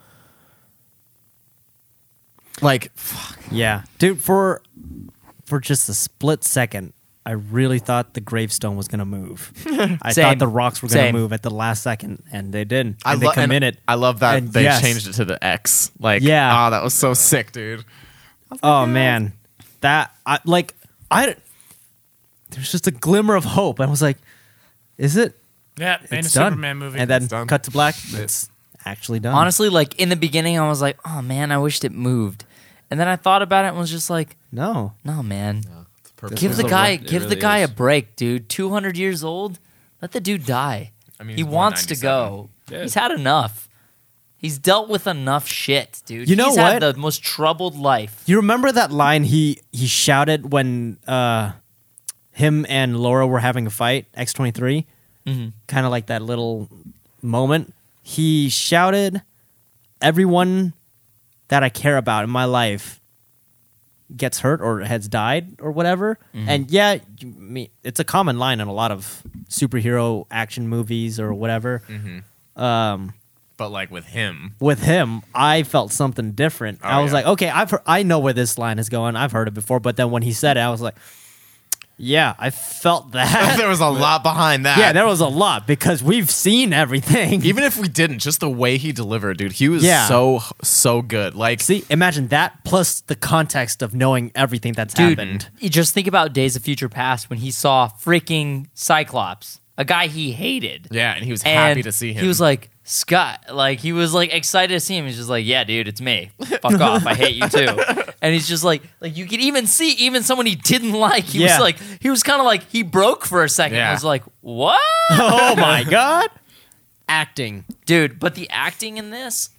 D: like, fuck,
C: Yeah, dude. For for just a split second, I really thought the gravestone was gonna move. I
B: Same.
C: thought the rocks were gonna
B: Same.
C: move at the last second, and they didn't.
D: I
C: And they
D: lo-
C: come
D: and
C: in it.
D: I love that
C: And
D: they
C: yes.
D: changed it to the X. Like,
C: Yeah.
D: ah, that was so sick, dude.
C: oh man, that I like. I there's just a glimmer of hope. I was like, is it?
A: Yeah, made a
C: it's done.
A: Superman movie.
C: and then
D: It's done.
C: cut to black. It's actually done.
B: honestly, like in the beginning, I was like, oh man, I wished it moved, and then I thought about it and was just like,
C: no.
B: no man, give
E: This
B: the
E: is a
B: guy,
E: lot. It
B: give the
E: really
B: guy
E: is.
B: a break, dude. Two hundred years old, let the dude die.
D: I mean,
B: he
D: he's born
B: wants to
D: 97.
B: go.
E: Yeah.
B: He's had enough. He's dealt with enough shit, dude.
C: You know
B: He's had
C: what?
B: the most troubled life.
C: You remember that line he he shouted when uh, him and Laura were having a fight, X twenty three, kind of like that little moment. He shouted, "Everyone that I care about in my life gets hurt or has died or whatever." And yeah, you, me, it's a common line in a lot of superhero action movies or whatever. Um,
D: But like with him,
C: with him, I felt something different. I was
D: Oh, yeah.
C: like, okay, I've heard, I know where this line is going. I've heard it before, but then when he said it, I was like, yeah, I felt that.
D: there was a lot behind that.
C: yeah, there was a lot because we've seen everything.
D: even if we didn't, just the way he delivered, dude, he was
C: Yeah.
D: so so good. Like,
C: See, imagine that plus the context of knowing everything that's
B: Dude,
C: happened.
B: you just think about Days of Future Past when he saw freaking Cyclops, a guy he hated.
D: yeah, and he was
B: and
D: happy to see him.
B: He was like, Scott, like he was like excited to see him. He's just like, yeah, dude, it's me. Fuck off. I hate you too. And he's just like, like you could even see even someone he didn't like. He
C: Yeah.
B: was like, he was kind of like he broke for a second.
D: Yeah.
B: I was like, what,
C: Oh my god, acting
B: dude? But the acting in this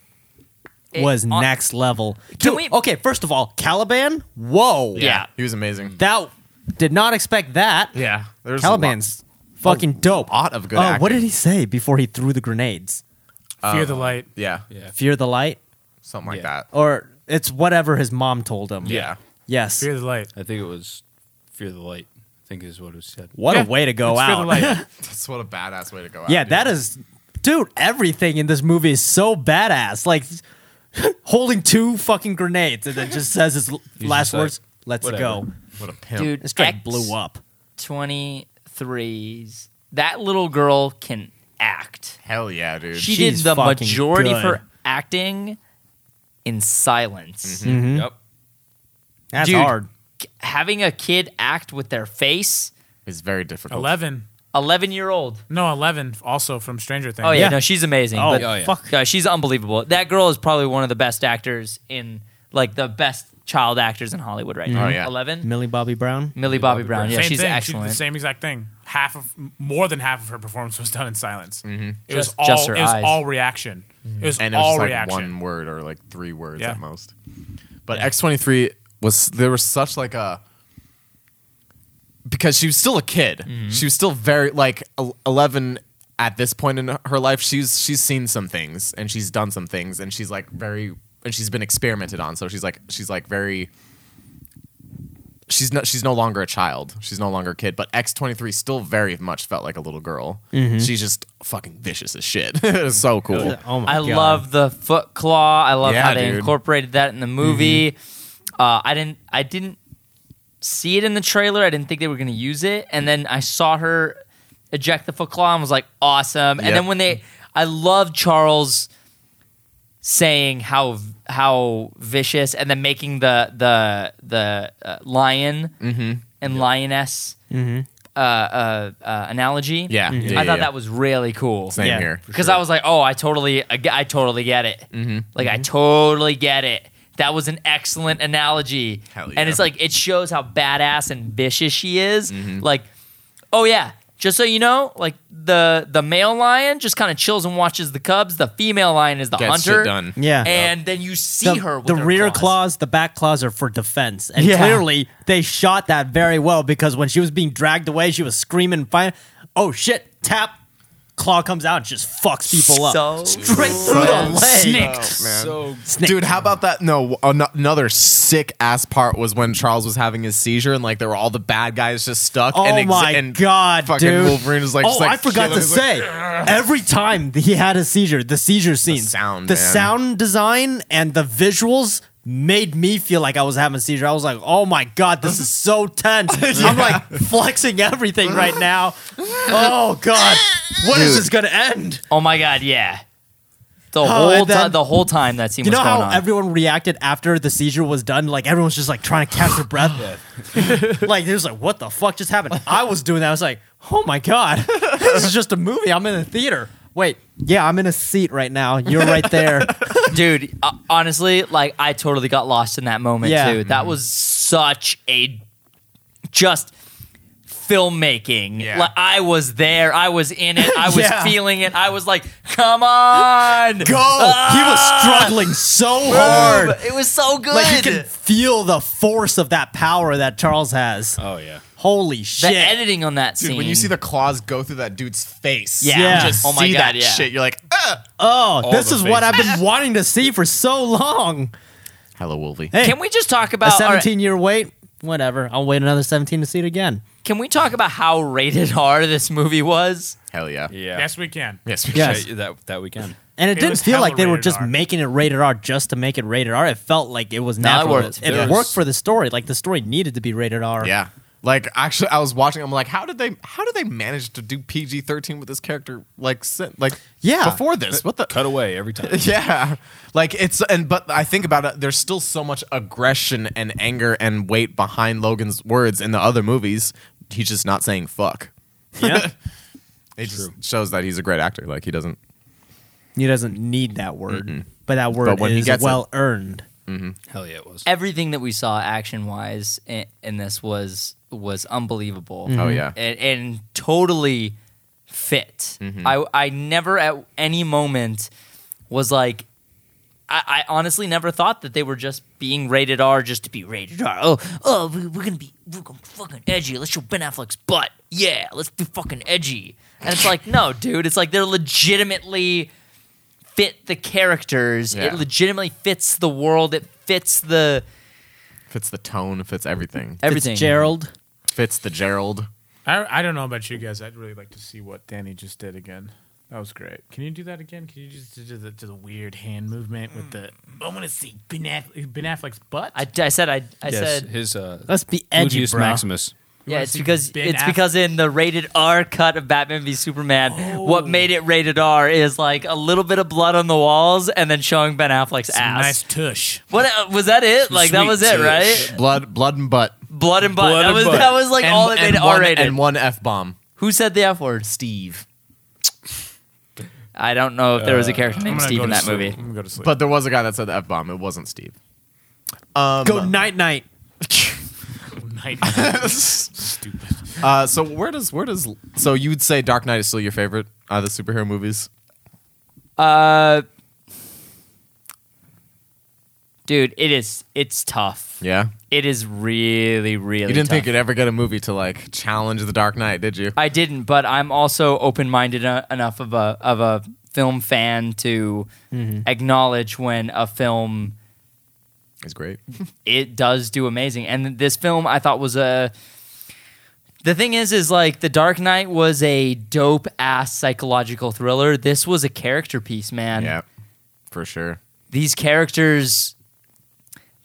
B: it-
C: was
B: on-
C: next level.
B: Can
C: Dude,
B: we-
C: okay, first of all, Caliban. Whoa,
B: Yeah.
D: he was amazing.
C: that did not expect that.
D: Yeah, there's a lot-
C: Caliban's fucking dope.
D: lot of good
C: Uh, what
D: acting.
C: did he say before he threw the grenades?
A: Fear
D: um,
A: the light.
D: uh, Yeah,
E: Yeah.
C: Fear the light,
D: something like
E: Yeah.
D: that.
C: or it's whatever his mom told him.
D: Yeah.
C: Yes.
A: Fear the light.
E: I think it was Fear the Light. I think is what it was said.
C: what
A: Yeah,
C: a way to go
A: it's Fear the
C: out.
A: light.
D: That's what a badass way to go out.
C: yeah,
D: dude.
C: that is, dude. Everything in this movie is so badass. Like holding two fucking grenades and then just says his l-
E: He's
C: last
E: just like,
C: words. Let's
E: whatever.
C: go.
D: What a pimp.
B: dude?
C: This straight
B: X
C: blew up.
B: 23s. That little girl can act.
D: Hell yeah, dude.
B: She
C: She's
B: did the
C: fucking
B: majority of her
C: good.
B: acting in silence.
C: Mm-hmm.
E: Yep.
C: That's
B: Dude.
C: hard.
B: having a kid act with their face.
D: It's very difficult.
A: Eleven.
B: Eleven year old.
A: No, eleven. Also from Stranger Things.
B: Oh yeah,
C: Yeah.
B: no, she's amazing.
C: Oh,
B: but
E: Oh, yeah.
B: fuck, yeah, she's unbelievable. That girl is probably one of the best actors in like the best child actors in Hollywood right now.
D: Oh, yeah.
B: Eleven.
C: Millie Bobby Brown.
B: Millie Bobby, Brown. Yeah,
A: same
B: she's
A: thing.
B: excellent.
A: She, the same exact thing. Half of more than half of her performance was done in silence. It was
B: Just-
A: all.
B: Mm-hmm. just her
A: it was
B: eyes. Mm-hmm.
A: all reaction. It was
D: and it was
A: all
D: just, like
A: reaction.
D: one word or like three words
A: Yeah.
D: at most. But X twenty three was there was such like a because she was still a kid.
A: Mm-hmm.
D: She was still very like el- eleven at this point in her life. She's she's seen some things and she's done some things and she's like very and she's been experimented on. So she's like she's like very. She's no, she's no longer a child. She's no longer a kid. But X twenty three still very much felt like a little girl.
A: Mm-hmm.
D: She's just fucking vicious as shit. it was so cool.
C: Oh my
B: I
C: god.
B: love the foot claw. I love
D: Yeah,
B: how they
D: dude. Mm-hmm.
B: incorporated that in the movie. Uh, I didn't. I didn't see it in the trailer. I didn't think they were going to use it, and then I saw her eject the foot claw and was like, "Awesome!" And
D: Yep.
B: then when they, I love Charles saying how how vicious, and then making the the the uh, lion
D: Mm-hmm.
B: and lioness uh, uh, uh, analogy.
D: Yeah. Mhm. Yeah,
B: I
D: yeah,
B: thought
D: yeah.
B: that was really cool
D: Same
C: Yeah.
D: here.
B: because I was like, oh, I totally, I, ge- I totally get it.
D: Mm-hmm.
B: Like I totally get it. That was an excellent analogy,
D: Hell yeah. Mm-hmm.
B: and it's like it shows how badass and vicious she is. Like, oh yeah, just so you know, like the the male lion just kind of chills and watches the cubs. The female lion is the
D: Gets shit
B: hunter.
D: done.
C: Yeah.
B: and then you see
C: the,
B: her with
C: the
B: her
C: rear claws.
B: claws.
C: the back claws are for defense and
B: Yeah.
C: clearly they shot that very well because when she was being dragged away she was screaming fire oh shit tap claw comes out and just fucks people up.
B: So straight through the
D: So-
B: leg.
D: Oh, man.
E: So
D: Dude, how about that? No, an- another sick ass part was when Charles was having his seizure and like there were all the bad guys just stuck.
C: Oh
D: and ex-
C: my
D: and
C: god,
D: fucking
C: dude!
D: Wolverine was like,
C: oh,
D: just, like,
C: I forgot
D: killing-
C: to
D: he's like,
C: say, every time that he had a seizure, the seizure scene,
D: sound,
C: the
D: man.
C: sound design, and the visuals made me feel like I was having a seizure. I was like, oh my god, this is so tense. I'm like flexing everything right now. Oh god, when is
D: Dude.
C: this gonna end?
B: Oh my god, yeah. The
C: Oh, and
B: whole
C: then-
B: time, the whole time that scene
C: You
B: was
C: know
B: going
C: how
B: on.
C: everyone reacted after the seizure was done? Like everyone's just like trying to catch their breath. like there's like, what the fuck just happened? I was doing that. I was like, oh my god, this is just a movie. I'm in a theater. Wait, yeah, I'm in a seat right now. You're right there.
B: Dude, uh, honestly, like I totally got lost in that moment
C: Yeah.
B: too.
D: Mm-hmm.
B: That was such a just filmmaking.
D: Yeah.
B: Like I was there, I was in it, I was
C: Yeah.
B: feeling it. I was like, "Come on!"
C: Go.
B: Oh.
C: he was struggling so hard.
B: It was so good.
C: Like you can feel the force of that power that Charles has.
E: oh yeah.
C: Holy
B: the
C: shit!
B: editing on that
D: Dude,
B: scene.
D: when you see the claws go through that dude's face,
B: Yeah.
D: you
C: Yeah.
D: just
B: Oh my
D: see
B: God,
D: that
B: yeah.
D: shit. You're like, ah!
C: oh, this
E: the
C: is what I've
E: faces.
C: been wanting to see for so long.
D: hello, Wolvie.
C: Hey,
B: can we just talk
C: a
B: about? Oh, all right,
C: 17 year wait? Whatever. I'll wait another 17 to see it again.
B: can we talk about how rated R this movie was?
D: Hell yeah.
E: Yeah.
A: Yes, we can.
D: Yes, we
C: Yes.
E: Yeah, that that weekend.
C: And it,
A: It
C: didn't
A: was
C: feel
A: hella
C: like they were
A: rated
C: just
A: R.
C: making it rated R just to make it rated R. It felt like it was
B: No, it
C: natural.
B: worked.
C: It
E: Yeah.
C: worked for the story. Like the story needed to be rated R.
D: Yeah. Like actually, I was watching. I'm like, how did they? How did they manage to do PG-13 with this character? Like, sen- like
C: Yeah.
D: before this, what the?
E: Cut away every time.
D: Yeah, like it's and but I think about it. There's still so much aggression and anger and weight behind Logan's words in the other movies. He's just not saying fuck.
C: Yeah.
D: It just shows that he's a great actor. Like he doesn't.
C: he doesn't need that word, but that word
D: But when he
C: is
D: gets it-
C: well earned.
E: Hell yeah, it was.
B: everything that we saw action wise in, in this was was unbelievable.
D: Oh, yeah.
B: and, and totally fit.
D: Mm-hmm.
B: I I never at any moment was like. I, I honestly never thought that they were just being rated R just to be rated R. Oh, oh, we, we're gonna be we're gonna be fucking edgy. Let's show Ben Affleck's butt. Yeah, let's be fucking edgy. And it's like, no, dude. It's like they're legitimately fit the characters.
D: Yeah.
B: It legitimately fits the world. It fits the
D: Fits the tone. Fits everything.
B: everything.
C: Gerald.
D: Fits the Gerald.
A: I, I don't know about you guys. I'd really like to see what Danny just did again. That was great. Can you do that again? Can you just do the, do the weird hand movement with the? I want to see Ben, Affleck, ben Affleck's butt.
B: Mm. I, I said I I
E: yes,
B: said
E: his uh,
C: Let's be edgy,
E: Lucius
C: bro.
E: Maximus.
B: yeah.
A: wanna
B: It's
A: see
B: because
A: Ben
B: it's
A: Aff-
B: because in the rated R cut of Batman v Superman, what made it rated R is like a little bit of blood on the walls and then showing Ben Affleck's ass.
A: nice tush.
B: What uh, was that? It like that
E: sweet
B: was it,
E: too.
B: right?
D: Blood. Blood and butt.
B: Blood and butt.
E: Blood
B: that
E: and
B: was
E: butt.
B: that was like all that made it R
D: one,
B: rated.
D: and one f bomb.
B: Who said the F word? Steve. I don't know if there was a character named Steve in that movie.
A: I'm gonna go to sleep.
D: But there was a guy that said the f bomb. It wasn't Steve.
C: Go night night.
A: Night. Stupid.
D: Uh, so where does where does so you'd say Dark Knight is still your favorite out of the superhero movies?
B: Uh, dude, it is. It's tough.
D: Yeah.
B: It is really, really.
D: You didn't think
B: tough.
D: you'd ever get a movie to like challenge the Dark Knight, did you?
B: I didn't, but I'm also open-minded uh, enough of a of a film fan to acknowledge when a film
D: It's great.
B: it does do amazing. And this film I thought was a the thing is is like The Dark Knight was a dope ass psychological thriller. This was a character piece, man.
D: Yeah, for sure.
B: these characters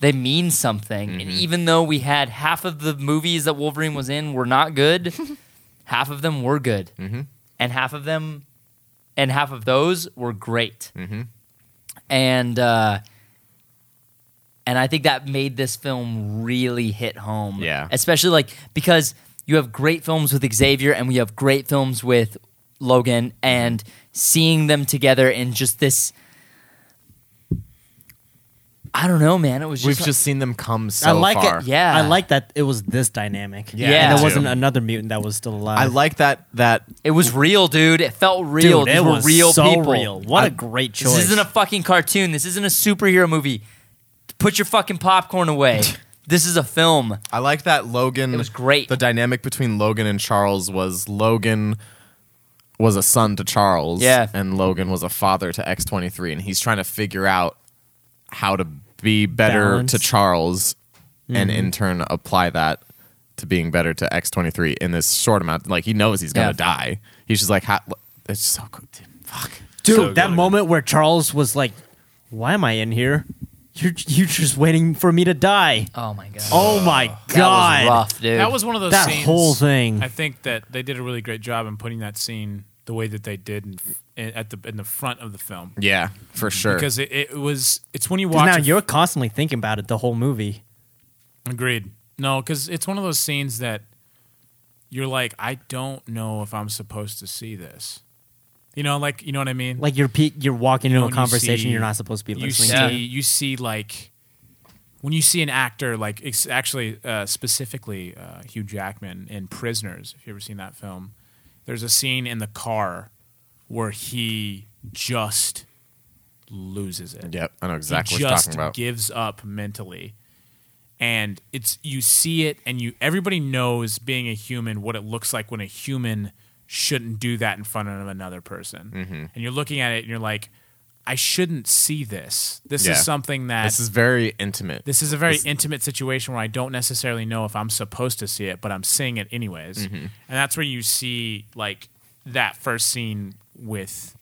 B: they mean something and even though we had half of the movies that wolverine was in were not good half of them were good
D: Mm-hmm.
B: and half of them and half of those were great
D: Mm-hmm.
B: and uh and i think that made this film really hit home
D: Yeah.
B: especially like because you have great films with xavier and we have great films with logan and seeing them together in just this I don't know, man. It was
D: We've
B: just,
D: just seen them come so
C: I like
D: far.
C: it.
B: Yeah.
C: I like that it was this dynamic.
B: Yeah. Yeah.
C: And
B: Me
C: there wasn't
D: too.
C: another mutant that was still alive.
D: I like that that
B: it was real, dude. It felt
C: Dude,
B: real. These
C: it
B: were
C: was
B: real
C: so
B: people.
C: real. What a great choice.
B: This isn't a fucking cartoon. This isn't a superhero movie. Put your fucking popcorn away. this is a film.
D: I like that Logan
B: It was great.
D: The dynamic between Logan and Charles was Logan was a son to Charles,
B: Yeah.
D: and Logan was a father to X twenty three, and he's trying to figure out how to be better
C: Balance.
D: to Charles, and in turn apply that to being better to X twenty three in this short amount. Like he knows he's gonna
B: Yeah.
D: die. He's just like, how, it's so good. dude. Fuck.
C: Dude,
E: So
C: that
E: good.
C: moment where Charles was like, "Why am I in here? You're you're just waiting for me to die."
B: Oh my god.
C: Oh my
B: that
C: god,
B: was rough, dude.
A: That was one of those
C: That
A: scenes-
C: whole thing.
A: I think that they did a really great job in putting that scene the way that they did in, in, at the in the front of the film
D: Yeah, for sure.
A: because it, it was it's when you
C: 'Cause
A: watch
C: now
A: a-
C: you're constantly thinking about it the whole movie.
A: Agreed. No, because it's one of those scenes that you're like, I don't know if I'm supposed to see this. You know, like you know what I mean.
C: Like you're pe- you're walking
A: You know,
C: into a
A: when you
C: conversation
A: see-
C: you're not supposed to be
A: you
C: listening
A: see,
C: to.
B: Yeah.
A: you see, like when you see an actor, like ex- actually uh, specifically uh, Hugh Jackman in Prisoners. If you have ever seen that film, there's a scene in the car where he just loses it.
D: yep, I know exactly
A: he
D: what you're
A: just
D: talking about.
A: gives up mentally and it's you see it and you everybody knows being a human what it looks like when a human shouldn't do that in front of another person
D: Mm-hmm.
A: and you're looking at it and you're like i shouldn't see this this
D: Yeah.
A: is something that
D: this is very intimate.
A: this is a very intimate situation where I don't necessarily know if I'm supposed to see it, but I'm seeing it anyways.
D: Mm-hmm.
A: And that's where you see like that first scene with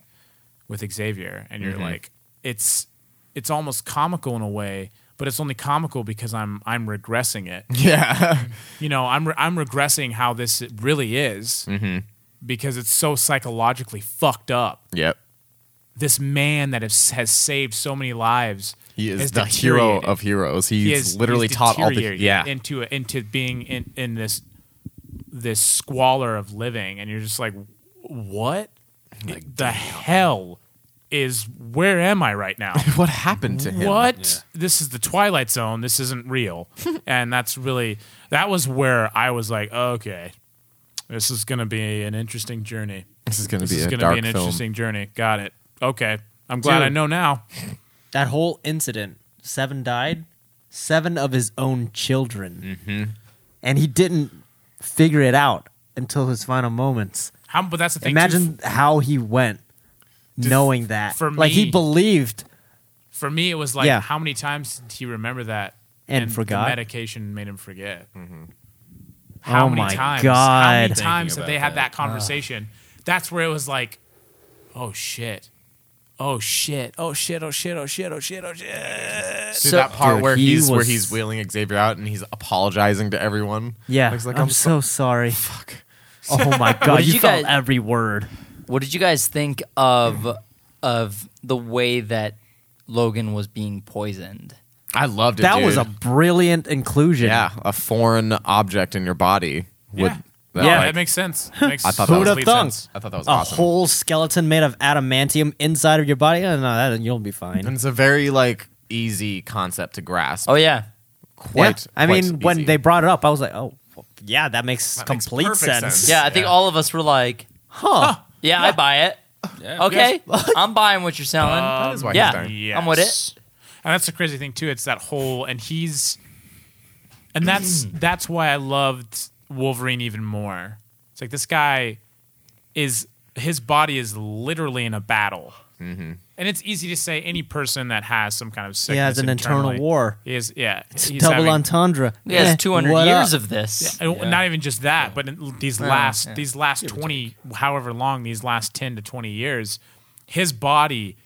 A: with Xavier and you're
D: Mm-hmm.
A: like it's it's almost comical in a way, but it's only comical because I'm I'm regressing it.
D: yeah.
A: You know, I'm re- I'm regressing how this really is
D: Mm-hmm.
A: because it's so psychologically fucked up
D: yep.
A: this man that has, has saved so many lives.
D: He is
A: has
D: the hero
A: deteriorated.
D: of heroes. He's
A: He is
D: literally
A: he's
D: taught all the
A: deteriorated
D: yeah.
A: into into being in, in this this squalor of living, and you're just like, what the hell is? Where am I right now?
D: what happened to him?
A: What? This is the Twilight Zone. This isn't real. and that's really that was where I was like, okay, this is going to be an interesting journey.
D: This is going to
A: This
D: be
A: is
D: a
A: going to
D: dark
A: be an
D: film.
A: interesting journey. Got it. Okay, I'm glad I
C: Dude.
A: know now.
C: that whole incident, Seven died, seven of his own children. Mm-hmm. And he didn't figure it out until his final moments.
A: How, but that's the thing. too,
C: Imagine how he went knowing that.
A: for
C: like he
A: me-
C: believed
A: f- for me, it was like
C: Yeah.
A: how many times did he remember that
C: And
A: the
C: forgot?
A: medication made him forget.
D: Mm-hmm.
A: How
C: Oh
A: many
C: my
A: times? How
C: God.
A: many
C: Thinking
A: times have
E: about
A: they had
E: that.
A: that conversation? That's where it was like, oh shit. Oh shit! Oh shit! Oh shit! Oh shit! Oh shit! Oh shit!
D: Dude,
B: So-
D: that part
C: Dude,
D: where
C: he
D: he's where
C: was-
D: he's wheeling Xavier out and he's apologizing to everyone.
C: Yeah.
D: He's like,
C: I'm,
D: I'm, so.
C: so sorry. Fuck. Oh my god,
B: did
C: you,
B: you
C: felt
B: guys-
C: every word.
B: What did you guys think of of the way that Logan was being poisoned?
D: I loved it.
C: that was a
D: dude.
C: brilliant inclusion.
D: yeah, a foreign object in your body. Would,
A: Yeah.
D: that,
A: Yeah,
D: like-
A: that makes sense. Makes
D: I thought that
C: Who
D: was
C: would
A: totally
C: have thunk?
A: sense.
D: I thought that was
C: A
D: awesome.
C: whole skeleton made of adamantium inside of your body? Oh, no, that, you'll be fine.
D: and it's a very like easy concept to grasp.
B: Oh yeah,
D: quite.
C: yeah. I
D: quite
C: mean, when
D: easy.
C: they brought it up, I was like, oh, well, yeah, that makes
D: That makes
C: complete
D: perfect
C: sense.
D: sense.
B: yeah. I think all of us were like,
C: Huh.
B: yeah, I buy it.
E: Yeah.
B: Okay, I'm buying what you're selling.
D: that is why he's
B: yeah,
D: dying.
A: Yes.
B: I'm with it.
A: And that's the crazy thing too. It's that whole and he's and that's that's why I loved Wolverine even more. It's like this guy is his body is literally in a battle.
C: Mm-hmm.
A: And it's easy to say any person that has some kind of sickness
C: Yeah, it's an internal
A: internally,
C: war.
A: He is yeah. he's
C: Double
A: having-
C: entendre.
B: He has
C: Eh,
B: 200
C: what
B: years
C: up?
B: of this.
A: and Not even just that, but in these last these last twenty, however long these last ten to twenty years, his body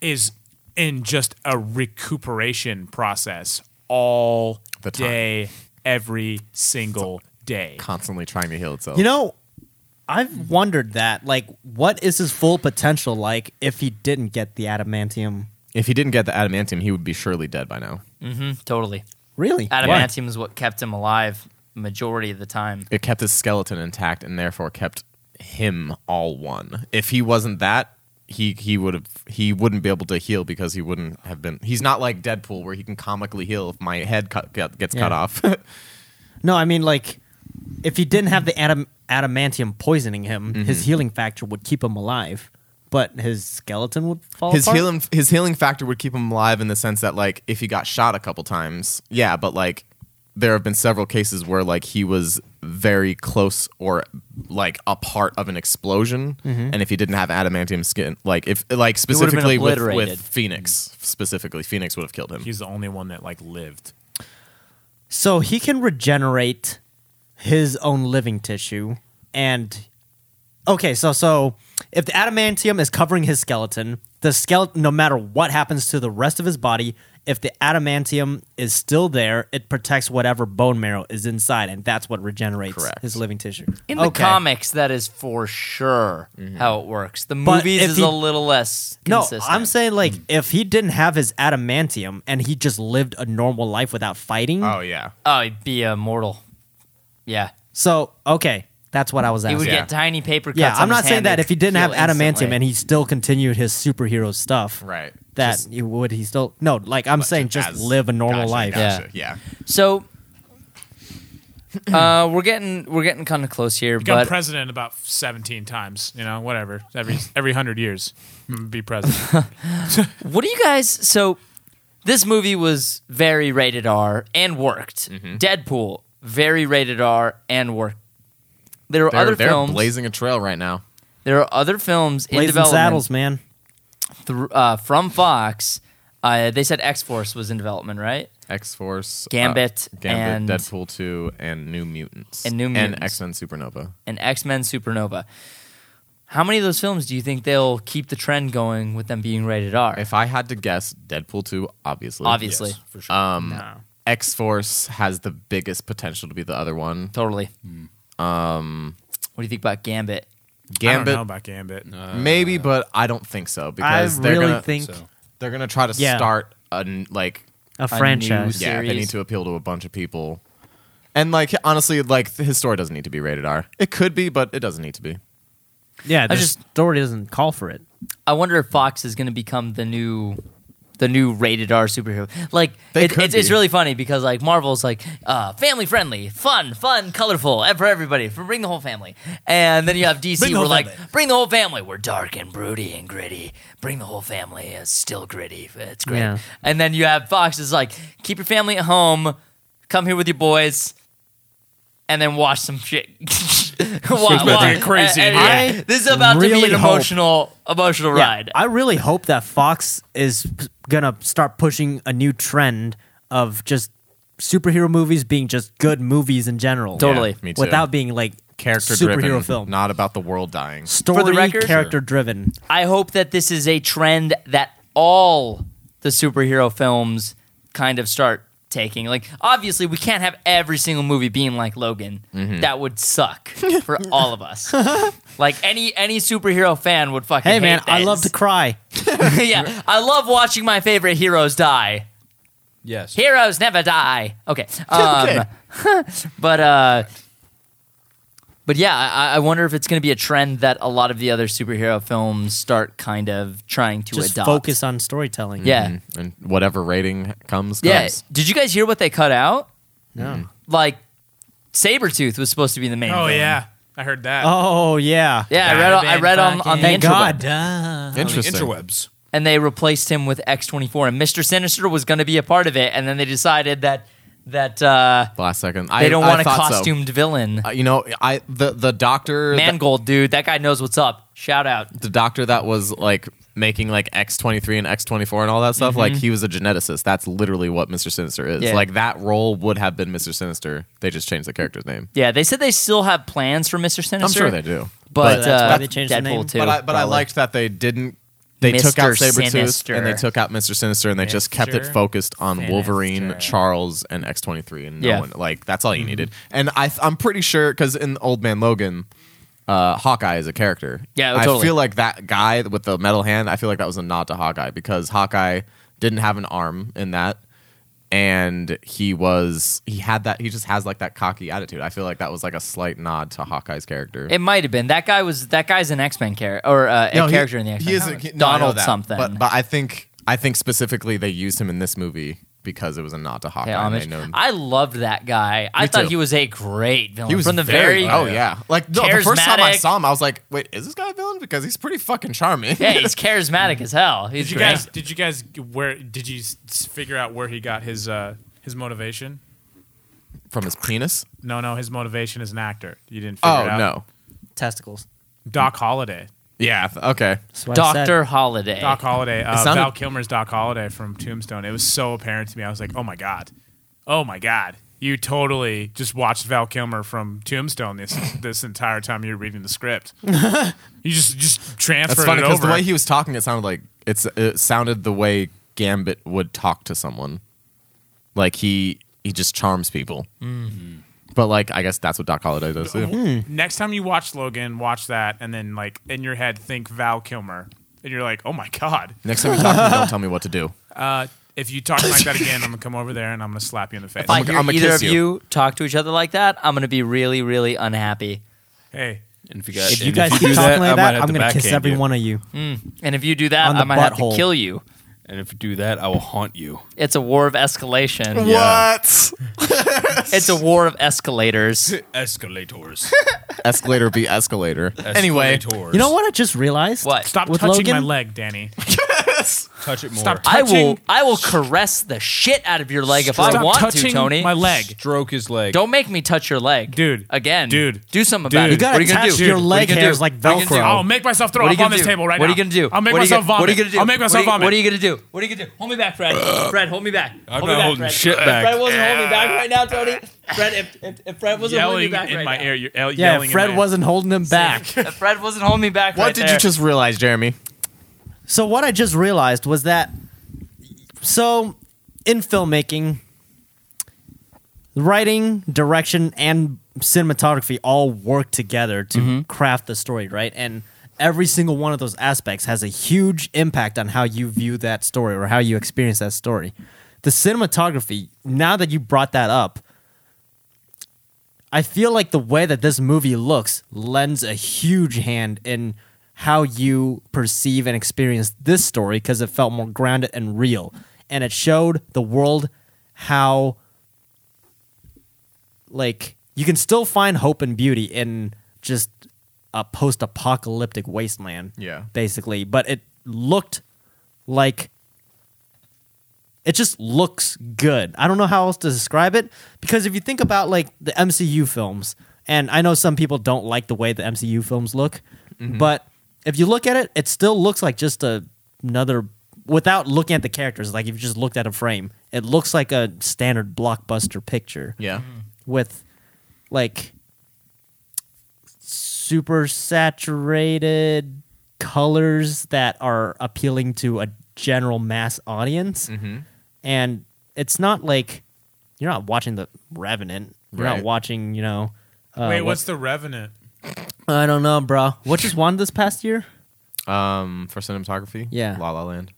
A: is in just a recuperation process all
D: The time.
A: day, every single day.
D: constantly trying to heal itself.
C: You know, I've wondered that. Like, what is his full potential like if he didn't get the adamantium?
D: if he didn't get the adamantium, he would be surely dead by now.
B: Totally.
C: Really?
B: Adamantium is what kept him alive majority of the time.
D: it kept his skeleton intact and therefore kept him all one. If he wasn't that, he he would have he wouldn't be able to heal because he wouldn't have been. He's not like Deadpool where he can comically heal if my head cut, get, gets cut
C: Yeah.
D: off.
C: No, I mean, like, if he didn't have the adam- adamantium poisoning him,
D: Mm-hmm.
C: his healing factor would keep him alive, but his skeleton would fall
D: his
C: apart.
D: healing his healing factor would keep him alive in the sense that like if he got shot a couple times, yeah, but like there have been several cases where like he was very close or like a part of an explosion,
C: Mm-hmm.
D: and if he didn't have adamantium skin, like if like
B: been
D: specifically with,
B: obliterated.
D: with Phoenix, specifically Phoenix would have killed him.
A: He's the only one that like lived.
C: So he can regenerate his own living tissue and okay, so so if the adamantium is covering his skeleton, the skeleton no matter what happens to the rest of his body, if the adamantium is still there, it protects whatever bone marrow is inside and that's what regenerates
D: Correct.
C: his living tissue.
B: In the
C: Okay. Mm-hmm.
B: comics, that is for sure how it works. The
C: But
B: movies
C: if
B: is
C: he-
B: a little less
C: No,
B: consistent.
C: I'm saying like if he didn't have his adamantium and he just lived a normal life without fighting,
D: oh yeah,
B: oh, he'd be immortal. Yeah,
C: so okay, that's what I was
B: he
C: asking.
B: would
D: Yeah.
B: get tiny paper cuts.
C: Yeah,
B: on
C: I'm not
B: his
C: saying
B: hand
C: that
B: they'd
C: if he didn't have
B: heal
C: adamantium
B: instantly.
C: and he still continued his superhero stuff,
D: right.
C: That
D: Just-
C: you- would he still? No, like I'm saying, just
D: as-
C: live a normal
D: gotcha,
C: life.
D: gotcha, yeah.
B: so. uh, we're getting we're getting kind of close here,
A: Become
B: but
A: president about 17 times, you know, whatever. Every every 100 years, mm, be president.
B: What do you guys? So, this movie was very rated R and worked.
C: Mm-hmm.
B: Deadpool, very rated R and worked. There are
D: They're,
B: other
D: they're
B: films.
D: blazing a trail right now.
B: there are other films in
C: Blazing
B: development
C: Saddles, man.
B: thr- uh, from Fox. Uh, they said X Force was in development, right?
D: X Force,
B: Gambit and-
D: uh, Gambit, Deadpool two, and New Mutants,
B: And New Mutants.
D: and X Men Supernova.
B: And X Men Supernova. How many of those films do you think they'll keep the trend going with them being rated R?
D: If I had to guess, Deadpool two, obviously,
B: Obviously,
E: for sure.
D: Um, X Force has the biggest potential to be the other one.
B: totally. Um, what do you think about Gambit?
A: I don't
D: Gambit,
A: know about Gambit.
D: maybe, but I don't think so because
C: I
D: they're
C: really
D: gonna
C: think
E: so.
D: they're gonna try to
C: Yeah.
D: start a n- like
C: a
B: new
C: franchise.
B: series.
D: yeah they need to appeal to a bunch of people, and like honestly, like his story doesn't need to be rated R. It could be, but it doesn't need to be.
C: Yeah, the
B: just-
C: story doesn't call for it.
B: I wonder if Fox is going to become the new the new rated R superhero. Like
D: They
B: it-
D: could
B: it's, it's
D: be.
B: really funny because like Marvel's like uh, family friendly, fun, fun, colorful, and for everybody, for bring the whole family. And then you have DC
C: Bring the
B: we're
C: whole
B: like
C: family.
B: bring the whole family. We're dark and broody and gritty. Bring the whole family. It's still gritty. It's great.
C: Yeah.
B: And then you have Fox is like keep your family at home. Come here with your boys. And then watch some shit. Watch-
A: about to
B: watch-
A: get crazy
B: and-
A: in
B: and-
C: here.
B: this is about to
C: Really
B: be an
C: hope-
B: emotional, emotional
C: Yeah,
B: ride.
C: I really hope that Fox is p- gonna start pushing a new trend of just superhero movies being just good movies in general.
B: Totally.
D: Yeah, me too.
C: Without being like
D: Character
C: superhero
D: driven,
C: film.
D: not about the world dying.
C: story
B: record-
C: character driven.
B: I hope that this is a trend that all the superhero films kind of start taking. Like, obviously, we can't have every single movie being like Logan.
C: Mm-hmm.
B: That would suck for all of us. like any any superhero fan would fucking.
C: Hey
B: hate
C: man, I
B: this.
C: love to cry.
B: yeah, I love watching my favorite heroes die.
E: yes.
B: Heroes never die. Okay. Um,
D: Okay.
B: But uh, but yeah, I, I wonder if it's going to be a trend that a lot of the other superhero films start kind of trying to
C: Just
B: adopt.
C: focus on storytelling.
B: Yeah.
D: Mhm. and whatever rating comes,
B: Yeah.
D: comes.
B: Did you guys hear what they cut out?
C: No.
B: Like, Sabretooth was supposed to be the main.
A: Oh
B: villain.
A: yeah, I heard that.
C: Oh yeah.
B: Yeah, I
A: Bad,
B: read. on- I
A: bad
B: read on, on the
C: Thank
B: interweb.
C: God.
B: Oh,
D: Interesting.
E: Interwebs.
B: and they replaced him with X twenty four, and Mister Sinister was going to be a part of it, and then they decided that that uh,
D: Last second,
B: they
D: I,
B: don't
D: I
B: want a
D: thought so.
B: costumed villain.
D: Uh, you know, I the the doctor
B: Mangold, dude, that guy knows what's up. Shout out.
D: the doctor that was like making like X23 and X24 and all that stuff, like he was a geneticist. That's literally what Mr. Sinister is.
B: Mm-hmm. Yeah.
D: Like that role would have been Mr. Sinister. They just changed the character's name.
B: Yeah, they said they still have plans for Mister Sinister.
D: I'm sure they do.
B: but
C: So that's
B: uh,
C: why they changed the
B: Deadpool
C: name?
B: too.
D: but I, but I
B: probably.
D: liked that they didn't they took out
B: Mr.
D: Sabretooth
B: Sinister.
D: and they took out Mr. Sinister and they just kept it
A: Sinister.
D: focused on Wolverine,
A: Sinister.
D: Charles, and X23 and no
B: Yeah.
D: one like that's all you needed. And I th- I'm pretty sure cuz in Old Man Logan uh, Hawkeye is a character.
B: Yeah, oh,
D: I
B: totally.
D: feel like that guy with the metal hand. I feel like that was a nod to Hawkeye because Hawkeye didn't have an arm in that, and he was he had that he just has like that cocky attitude. I feel like that was like a slight nod to Hawkeye's character.
B: It might have been that guy was that guy's an X Men character or uh, a
D: No, he-
B: character in the X
D: He
B: Men.
D: is a- he- no, I know
B: Donald
D: that,
B: something.
D: But, but I think I think specifically they used him in this movie because it was a nod to Hawkeye.
B: Yeah,
D: and
B: Amish.
D: they know him.
B: I loved that guy. I thought
D: too.
B: he was a great villain
D: he was
B: from the very.
D: very, oh yeah like no, the first time I
B: charismatic.
D: saw him I was like wait is this guy a villain because he's pretty fucking charming
B: yeah, he's charismatic as hell. He's
A: Did you
B: great.
A: guys? Did you guys? Where did you s- figure out where he got his uh, his motivation?
D: from his penis.
A: No, no, his motivation as an actor. You didn't figure
D: Oh
A: it out.
D: no.
C: testicles.
A: Doc Holliday.
D: Yeah. Okay.
C: That's what I said.
B: Doctor Holiday.
A: Doc Holliday. Uh,
D: sounded-
A: Val Kilmer's Doc Holliday from Tombstone. It was so apparent to me. I was like, oh my god, oh my god. You totally just watched Val Kilmer from Tombstone this this entire time you were reading the script. you just just transferred
D: That's funny
A: it
D: because
A: over.
D: the way he was talking, it sounded like it's it sounded the way Gambit would talk to someone. Like he he just charms people.
B: Mm-hmm.
D: But like I guess that's what Doc Holliday does too.
A: Next time you watch Logan, watch that, and then like in your head think Val Kilmer, and you're like, oh my god.
D: Next time you talk to me, don't tell me what to do.
A: Uh, if you talk like that again, I'm gonna come over there and I'm gonna slap you in the face.
B: if I
D: I'ma-
B: hear
D: I'ma
B: either
D: kiss
B: of you.
D: you.
B: talk to each other like that, I'm gonna be really, really unhappy.
A: hey,
E: And if you guys,
C: If you guys keep talking like that, I'm gonna kiss every one of you.
B: And if you do that,
C: On
B: I
C: the
B: might have to
C: butthole.
B: kill you.
E: And if you do that, I will haunt you.
B: It's a war of escalation.
D: What?
B: It's a war of escalators.
E: Escalators.
D: Escalator be escalator. Anyway,
E: Escalators.
C: You know what I just realized?
B: What?
A: stop
C: With
A: touching my
C: Logan?
A: leg, Danny.
E: Touch it more.
A: Stop
B: I will
A: touching-
B: I will caress the shit out of your leg if I
A: Stop
B: want to,
A: touching
B: Tony.
A: My leg.
E: Stroke his leg.
B: Don't make me touch your leg,
A: Dude.
B: Again,
A: Dude.
B: do something about
A: Dude.
B: it.
A: You gotta
B: what are you gonna
C: attach
B: do?
C: your
B: What are you
C: leg
B: gonna do?
C: hairs like
B: What are you gonna
C: Velcro.
B: do? Oh,
A: I'll make myself throw
B: What are
A: up
B: you gonna
A: on this
B: do?
A: table right
B: What
A: now.
B: are you gonna do?
A: I'll make
B: What are you gonna-
A: myself vomit.
B: What are you gonna do?
A: I'll make myself
B: what are you,
A: vomit.
B: What are you gonna do? What are you gonna do? Hold me back, Fred. Fred, hold me back.
E: I'm
B: hold
E: not
B: me back,
E: holding
B: Fred.
E: shit
B: If
E: back.
B: Fred wasn't holding me back right now, Tony. Fred, if, if, if Fred wasn't holding me
A: yelling
B: back
A: in
B: right
A: my
B: now.
A: ear? You're yell-
C: Yeah,
A: yelling in
C: Fred
A: my-
C: wasn't holding him back.
B: If Fred wasn't holding me back
D: what
B: right
D: did
B: there.
D: you just realize, Jeremy?
C: So what I just realized was that so in filmmaking, writing, direction, and cinematography all work together to craft the story, right? And every single one of those aspects has a huge impact on how you view that story or how you experience that story. The cinematography, now that you brought that up, I feel like the way that this movie looks lends a huge hand in how you perceive and experience this story because it felt more grounded and real. And it showed the world how, like, you can still find hope and beauty in just a post apocalyptic wasteland.
D: Yeah.
C: Basically. But it looked like it just looks good. I don't know how else to describe it because if you think about like the MCU films, and I know some people don't like the way the MCU films look, but if you look at it, it still looks like just a, another without looking at the characters. Like if you just looked at a frame, it looks like a standard blockbuster picture
D: Yeah.
C: with like super saturated colors that are appealing to a general mass audience. And it's not like you're not watching The Revenant. You're not
D: Right.
C: watching, you know. Uh,
A: Wait,
C: what-
A: what's the Revenant?
C: I don't know, bro. What just won this past year?
D: Um, for cinematography.
C: Yeah.
D: La La Land.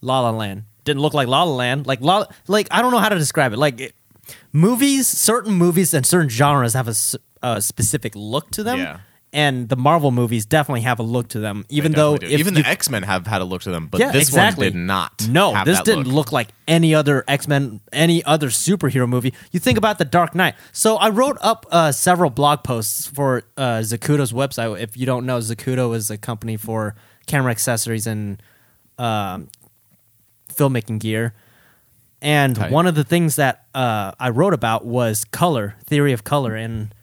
C: La La Land. Didn't look like La La Land. Like La, like I don't know how to describe it. Like it, movies, certain movies and certain genres have a, s- a specific look to them.
D: Yeah.
C: And the Marvel movies definitely have a look to them,
D: They
C: even though
D: definitely do.
C: if
D: even
C: you-
D: the X Men have had a look to them, but
C: Yeah,
D: this
C: exactly.
D: one did not.
C: no,
D: have
C: this
D: that
C: didn't look like any other X Men, any other superhero movie. You think about the Dark Knight. So I wrote up uh, several blog posts for uh, Zakudo's website. If you don't know, Zakudo is a company for camera accessories and um, filmmaking gear. And
D: Tight.
C: one of the things that uh, I wrote about was color, theory of color, and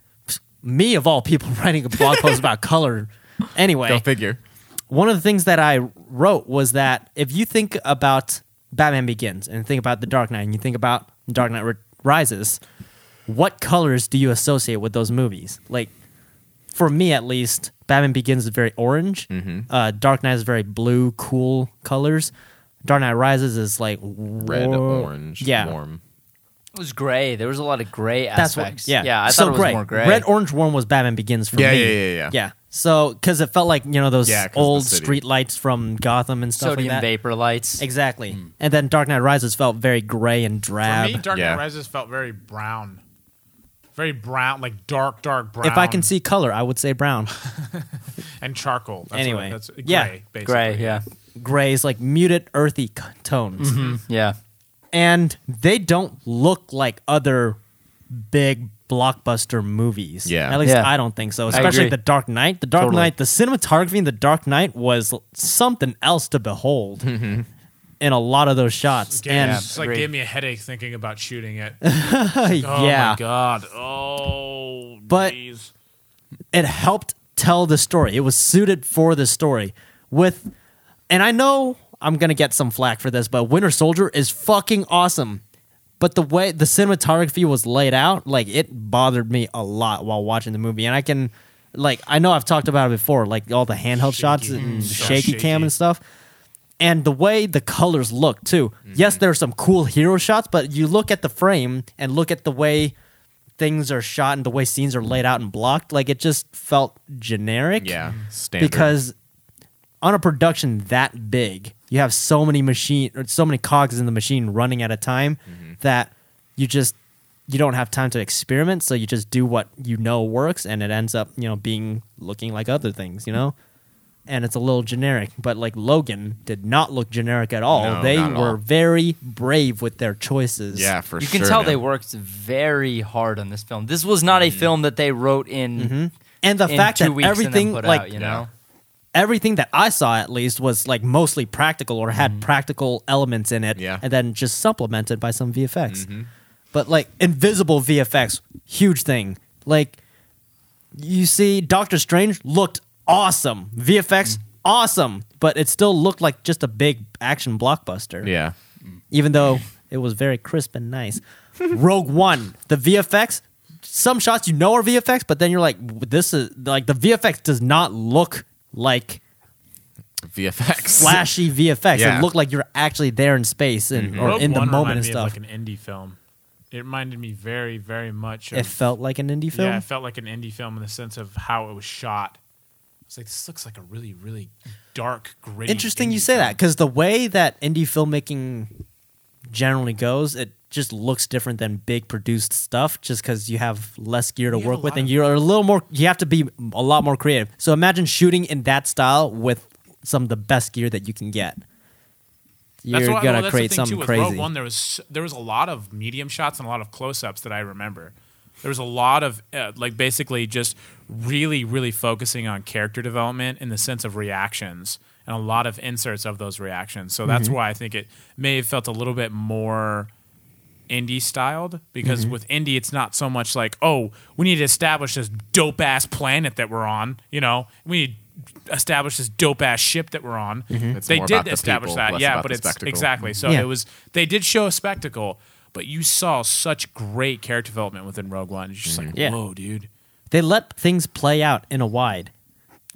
C: me of all people writing a blog post about color. Anyway,
D: Go figure.
C: one of the things that I wrote was that if you think about Batman Begins and think about The Dark Knight and you think about Dark Knight Ri- Rises, what colors do you associate with those movies? Like, for me at least, Batman Begins is very orange.
D: Mm-hmm.
C: Uh, Dark Knight is very blue, cool colors. Dark Knight Rises is like
D: Red,
C: war-
D: orange,
C: yeah.
D: warm.
B: It was gray. There was a lot of gray
C: That's
B: aspects.
C: what, yeah,
B: yeah. I
C: so
B: thought it was
C: gray.
B: more gray.
C: Red, orange, warm was Batman Begins for
D: Yeah,
C: me.
D: yeah, yeah, yeah.
C: yeah. So, because it felt like you know those
D: Yeah, 'cause the
C: old
D: city.
C: street lights from Gotham and stuff
B: sodium
C: like that.
B: vapor Hmm. lights.
C: Exactly. And then Dark Knight Rises felt very gray and
A: For
C: drab.
A: me, Dark Knight
D: Yeah.
A: Rises felt very brown, very brown, like dark, dark brown.
C: if I can see color, I would say brown.
A: and charcoal. That's what,
C: Anyway.
A: that's gray,
C: Yeah.
A: basically.
B: Gray. Yeah.
C: gray is like muted, earthy c- tones.
B: Mm-hmm. Yeah.
C: And they don't look like other big blockbuster movies.
D: Yeah.
C: At least
B: Yeah.
C: I don't think so.
B: agree.
C: Especially The Dark Knight. The Dark
B: Totally.
C: Knight, the cinematography in The Dark Knight was something else to behold. in a lot of those shots.
A: and
C: And
A: it's like
F: agreed.
A: gave me a headache thinking about shooting it. Oh my
C: yeah,
A: god. Oh,
C: But-
A: jeez.
C: it helped tell the story. It was suited for the story with and I know I'm going to get some flack for this, but Winter Soldier is fucking awesome. But the way the cinematography was laid out, like it bothered me a lot while watching the movie and I can like I know I've talked about it before, like all the handheld shots and
A: so
C: shaky, cam
A: shaky.
C: and stuff. And the way the colors look too. Yes, there are some cool hero shots, but you look at the frame and look at the way things are shot and the way scenes are laid out and blocked, like it just felt generic.
D: Yeah, standard.
C: Because on a production that big, you have so many machine or so many cogs in the machine running at a time
D: Mm-hmm.
C: that you just you don't have time to experiment, so you just do what you know works and it ends up, you know, being looking like other things, you know? And it's a little generic, but like Logan did not look generic at all.
D: No,
C: they
D: not at
C: were
D: all.
C: very brave with their choices.
D: yeah, for
B: you
D: sure.
B: can tell
D: man. Mm-hmm.
B: they worked very hard on this film. This was not a film that they wrote in.
C: And the
B: in
C: fact
B: two
C: that
B: weeks and then
C: everything
B: put
C: like
B: out, you know,
C: everything that I saw at least was like mostly practical or had practical elements in it,
D: Mm-hmm. Yeah. Mm-hmm.
C: and then just supplemented by some VFX. But like invisible VFX, huge thing. Like you see, Doctor Strange looked awesome,
D: Mm.
C: VFX awesome, but it still looked like just a big action blockbuster
D: Yeah,
C: even though it was very crisp and nice. Rogue One, the VFX, some shots you know are VFX, but then you're like, "W- this is like the VFX does not look like
D: VFX.
C: flashy VFX.
D: Yeah.
C: It looked like you're actually there in space and or
A: Rogue
C: in the
A: One
C: moment and
A: reminded me of,
C: stuff.
A: like an indie film. It reminded me very, very much. Of,
C: it felt like an indie film.
A: Yeah, it felt like an indie film in the sense of how it was shot. It's like this looks like a really, really dark, gritty.
C: Interesting you
A: indie
C: say
A: film.
C: that because the way that indie filmmaking generally goes, it just looks different than big produced stuff just because you have less gear to
A: We have a
C: work with
A: lot
C: and
A: of-
C: you're a little more, you have to be a lot more creative. So imagine shooting in that style with some of the best gear that you can get. You're
A: That's why- well,
C: gonna
A: that's the
C: create
A: thing,
C: something
A: too, with
C: crazy.
A: Rogue One, there was there was a lot of medium shots and a lot of close-ups that I remember. There was a lot of uh, like basically just really, really focusing on character development in the sense of reactions and a lot of inserts of those reactions. So
C: Mm-hmm.
A: that's why I think it may have felt a little bit more indie styled because
C: Mm-hmm.
A: with indie it's not so much like oh we need to establish this dope ass planet that we're on you know we need to establish this dope ass ship that we're on
D: It's
A: they
D: more
A: did
D: about the
A: establish
D: people,
A: that
D: less
A: yeah
D: about
A: but
D: the
A: it's
D: spectacle.
A: exactly so
C: Mm-hmm. Yeah.
A: it was they did show a spectacle but you saw such great character development within rogue one it's just like
C: Mm-hmm. Yeah.
A: whoa dude
C: they let things play out in a wide.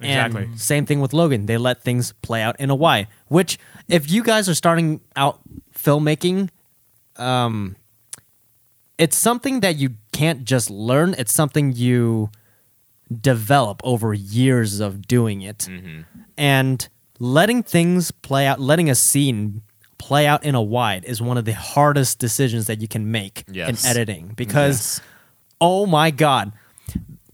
C: And
A: Exactly.
C: same thing with Logan. They let things play out in a wide. Which, if you guys are starting out filmmaking, um, it's something that you can't just learn. It's something you develop over years of doing it. And letting things play out, letting a scene play out in a wide is one of the hardest decisions that you can make
D: Yes.
C: in editing because, oh my God.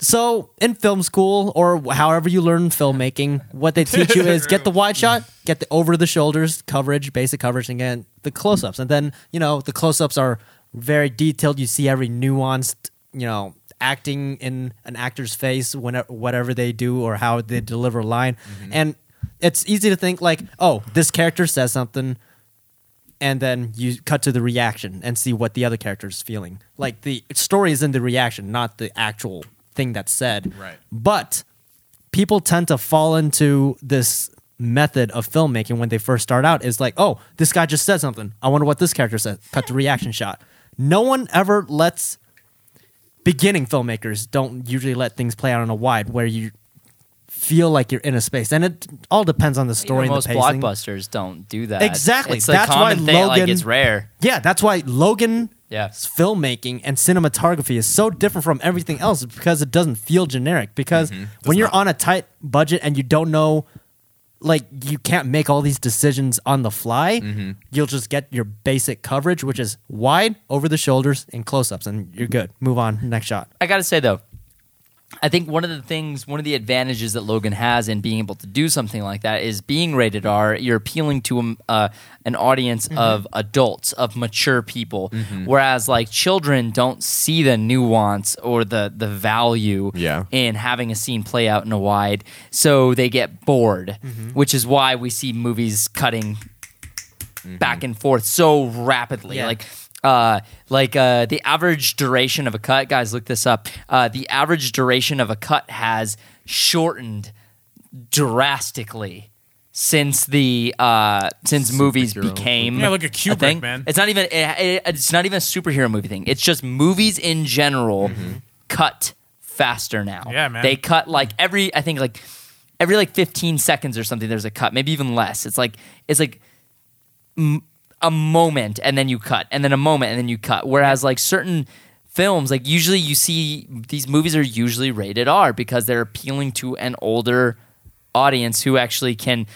C: So in film school or however you learn filmmaking, what they teach you is get the wide shot, get the over the shoulders coverage, basic coverage, and again the close ups. And then you know the close ups are very detailed. You see every nuanced, you know, acting in an actor's face, whenever whatever they do or how they deliver a line. And it's easy to think like, oh, this character says something and then you cut to the reaction and see what the other character is feeling. Like the story is in the reaction, not the actual thing that's said.
D: Right.
C: But people tend to fall into this method of filmmaking when they first start out is like, oh, this guy just said something. I wonder what this character said. Cut the reaction shot. No one ever lets beginning filmmakers don't usually let things play out on a wide where you feel like you're in a space. And it all depends on the story
B: Even
C: and
B: most
C: the pacing.
B: blockbusters don't do that.
C: Exactly.
B: It's a
C: That's why
B: common thing. Like
C: Logan-
B: it's rare.
C: Yeah, that's why Logan's
B: Yeah.
C: filmmaking and cinematography is so different from everything else because it doesn't feel generic. Because
B: Mm-hmm.
C: when you're on a tight budget and you don't know, like, you can't make all these decisions on the fly,
B: Mm-hmm.
C: you'll just get your basic coverage, which is wide, over the shoulders, and close ups, and you're good. Move on, next shot.
B: I gotta say though, I think one of the things, one of the advantages that Logan has in being able to do something like that is being rated R. You're appealing to um, uh, an audience of adults, of mature people, whereas like children don't see the nuance or the the value
D: Yeah.
B: in having a scene play out in a wide, so they get bored, which is why we see movies cutting
A: Mm-hmm.
B: back and forth so rapidly.
C: Yeah.
B: Like uh, like uh, the average duration of a cut, guys, look this up. Uh, the average duration of a cut has shortened drastically since the uh, since movies became
A: Yeah, look at
B: a
A: Kubrick,
B: thing.
A: man.
B: It's not even it, it- it's not even a superhero movie thing. It's just movies in general cut faster now.
A: Yeah, man.
B: They cut like every I think like every like 15 seconds or something there's a cut, maybe even less. It's like it's like a moment and then you cut and then a moment and then you cut whereas like certain films like usually you see these movies are usually rated R because they're appealing to an older audience who actually can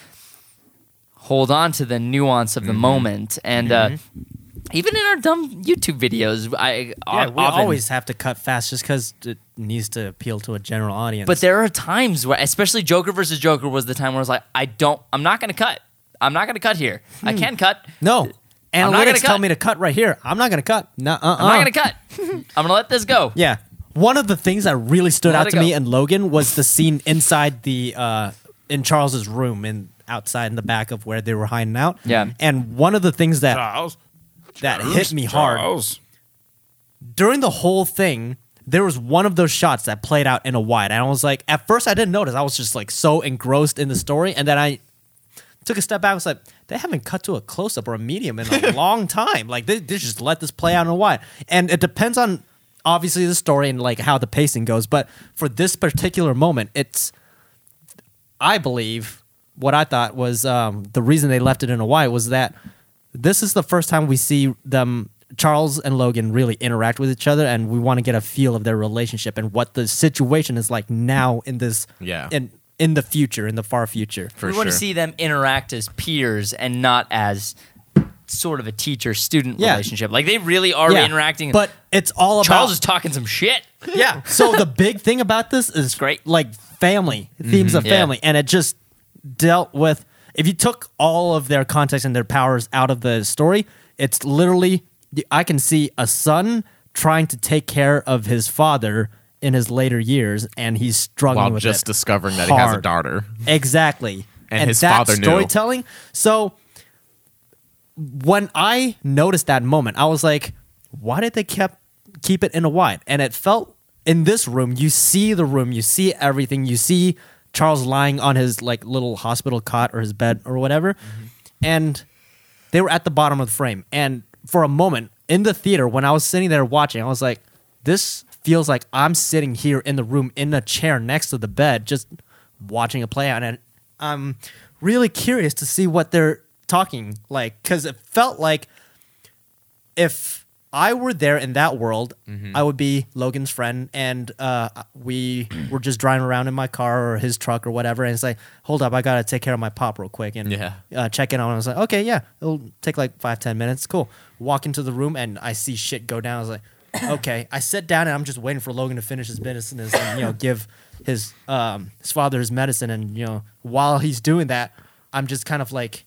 B: hold on to the nuance of the
C: Mm-hmm.
B: moment and uh even in our dumb YouTube videos, I
C: Yeah,
B: o-
C: we
B: often-
C: always have to cut fast just because it needs to appeal to a general audience.
B: But there are times where, especially Joker versus Joker, was the time where I was like, I don't, I'm not going to cut. I'm not going to cut here. I can cut.
C: Hmm. no,
B: I'm not gonna
C: analytics tell
B: cut.
C: me to cut right here. I'm not gonna cut. No, uh,
B: I'm not going to cut. I'm going to let this go.
C: Yeah. One of the things that really stood
B: Let
C: out
B: it
C: to me
B: go.
C: in Logan was the scene inside the uh, in Charles's room and outside in the back of where they were hiding out.
B: Yeah.
C: And one of the things that
A: Charles.
C: that hit me hard
E: Charles.
C: during the whole thing, there was one of those shots that played out in a wide. And I was like, at first I didn't notice. I was just like so engrossed in the story, and then I took a step back. I was like, they haven't cut to a close up or a medium in a long time. Like they, they just let this play out in a wide. And it depends on obviously the story and like how the pacing goes. But for this particular moment, it's I believe what I thought was um, the reason they left it in a wide was that this is the first time we see them. Charles and Logan really interact with each other, and we want to get a feel of their relationship and what the situation is like now in this,
D: Yeah.
C: in in the future, in the far future.
D: For
B: we want to
D: sure.
B: see them interact as peers and not as sort of a teacher student
C: Yeah.
B: relationship. Like they really are
C: Yeah,
B: interacting.
C: But it's all about
B: Charles is talking some shit.
C: yeah. So the big thing about this is
B: great. Mm-hmm.
C: like family themes of
B: Yeah.
C: family, and it just dealt with. If you took all of their context and their powers out of the story, it's literally I can see a son trying to take care of his father in his later years, and he's struggling
D: While
C: with
D: just
C: it
D: discovering that he has a
C: hard.
D: daughter.
C: Exactly.
D: And his
C: that
D: father knew.
C: storytelling. So when I noticed that moment, I was like, why did they kept keep it in a wide? And it felt in this room, you see the room, you see everything, you see Charles lying on his like little hospital cot or his bed or whatever.
D: Mm-hmm.
C: And they were at the bottom of the frame. And for a moment in the theater, when I was sitting there watching, I was like, this feels like I'm sitting here in the room in a chair next to the bed, just watching a play out. And I'm really curious to see what they're talking like, because it felt like if I were there in that world, I would be Logan's friend, and uh, we were just driving around in my car or his truck or whatever. And it's like, hold up, I gotta take care of my pop real quick and
D: Yeah.
C: uh, check in on. Him. I was like, okay, yeah, it'll take like five ten minutes. Cool. Walk into the room and I see shit go down. I was like, okay. I sit down and I'm just waiting for Logan to finish his business and you know give his um, his father his medicine. And you know while he's doing that, I'm just kind of like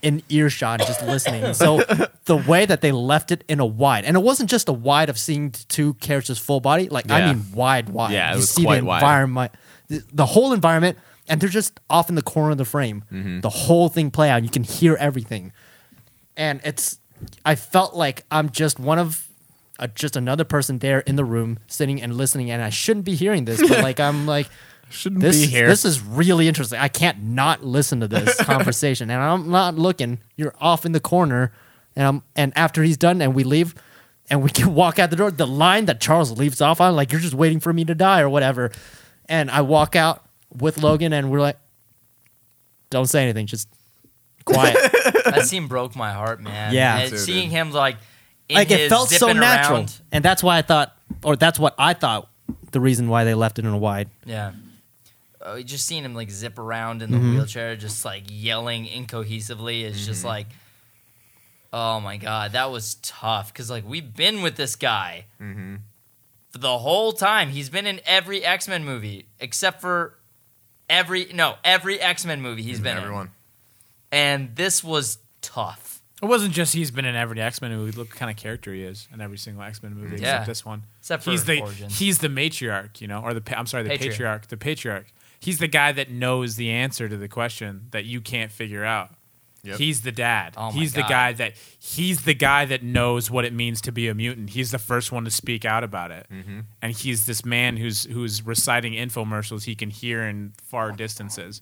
C: in earshot just listening. So the way that they left it in a wide, and it wasn't just a wide of seeing two characters full body. Like I
D: Yeah.
C: mean, wide, wide.
D: Yeah, it
C: you
D: was
C: see
D: quite
C: the
D: wide.
C: environment, the, the whole environment, and they're just off in the corner of the frame.
D: Mm-hmm.
C: The whole thing play out. You can hear everything, and it's. I felt like I'm just one of. Uh, just another person there in the room sitting and listening and i shouldn't be hearing this but like i'm like
D: Shouldn't
C: this,
D: be here.
C: This is really interesting. I can't not listen to this conversation. And I'm not looking. You're off in the corner. And I'm, and after he's done and we leave and we can walk out the door, the line that Charles leaves off on, like, you're just waiting for me to die or whatever. And I walk out with Logan and we're like, don't say anything. Just quiet.
B: That scene broke my heart, man.
C: Yeah.
B: And seeing him like, in
C: like
B: his
C: it felt so
B: zipping
C: natural.
B: around.
C: And that's why I thought, or that's what I thought the reason why they left it in a wide.
B: Yeah. Uh, just seeing him like zip around in the
C: Mm-hmm.
B: wheelchair, just like yelling incohesively is just like, oh my God, that was tough. Cause like we've been with this guy for the whole time. He's been in every X Men movie except for every, no, every X Men movie he's been in.
D: Everyone.
B: And this was tough.
A: It wasn't just he's been in every X Men movie. Look what kind of character he is in every single X Men movie
B: Yeah.
A: except this one.
B: Except for
A: he's the
B: Origins.
A: he's the matriarch, you know, or the pa- I'm sorry, the
B: Patriarch.
A: patriarch, the patriarch. He's the guy that knows the answer to the question that you can't figure out.
D: Yep.
A: He's the dad.
B: Oh my
A: he's the
B: God.
A: guy that he's the guy that knows what it means to be a mutant. He's the first one to speak out about it, and he's this man who's who's reciting infomercials he can hear in far distances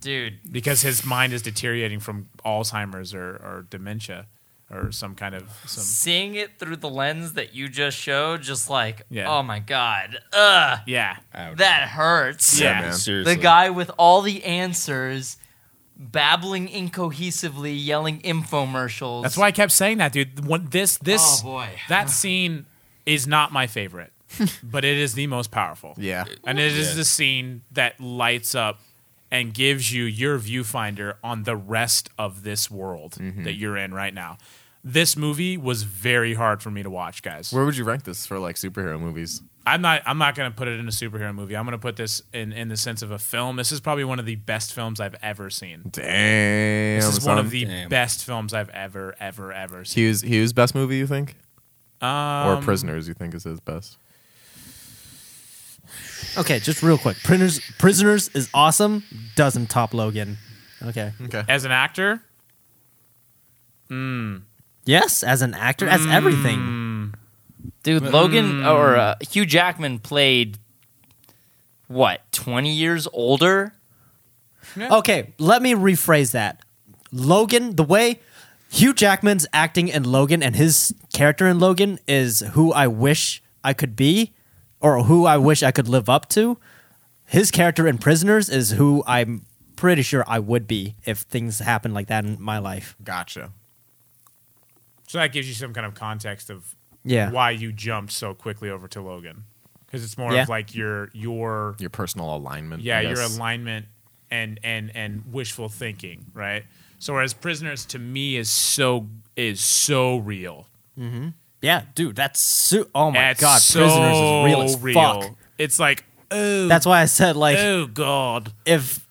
B: dude.
A: because his mind is deteriorating from Alzheimer's or, or dementia or some kind of some
B: Seeing it through the lens that you just showed, just like,
A: Yeah.
B: oh my god, ugh,
A: yeah.
E: Ouch.
B: that hurts.
A: Yeah,
D: man.
E: seriously.
B: The guy with all the answers, babbling incohesively, yelling infomercials.
A: That's why I kept saying that, dude. When this this
B: Oh, boy.
A: that scene is not my favorite, but it is the most powerful.
D: Yeah.
A: and it is
E: Yeah.
A: the scene that lights up and gives you your viewfinder on the rest of this world that you're in right now. This movie was very hard for me to watch, guys.
D: Where would you rank this for like superhero movies?
A: I'm not I'm not gonna put it in a superhero movie. I'm gonna put this in in the sense of a film. This is probably one of the best films I've ever seen.
D: Damn.
A: This is one of the
E: Damn.
A: best films I've ever ever ever seen.
D: Hughes Hughes best movie you think?
A: Um,
D: Or Prisoners you think is his best?
C: Okay, just real quick. Prisoners, Prisoners is awesome. Doesn't top Logan. Okay.
D: Okay.
A: as an actor,
C: Yes, as an actor, as everything.
A: Mm.
B: Dude, Logan or uh, Hugh Jackman played what, 20 years older?
C: Okay, let me rephrase that. Logan, the way Hugh Jackman's acting in Logan and his character in Logan is who I wish I could be or who I wish I could live up to. His character in Prisoners is who I'm pretty sure I would be if things happened like that in my life.
D: Gotcha.
A: so that gives you some kind of context of
C: Yeah.
A: why you jumped so quickly over to Logan because it's more
C: Yeah.
A: of like your your
D: Your personal alignment.
A: yeah
D: I
A: your
D: guess.
A: alignment and and and wishful thinking right so whereas prisoners to me is so is so real
C: Yeah, dude, that's so. Oh my
A: It's
C: god,
A: so
C: Prisoners is real as fuck.
A: it's like oh
C: That's why I said like
A: oh god
C: if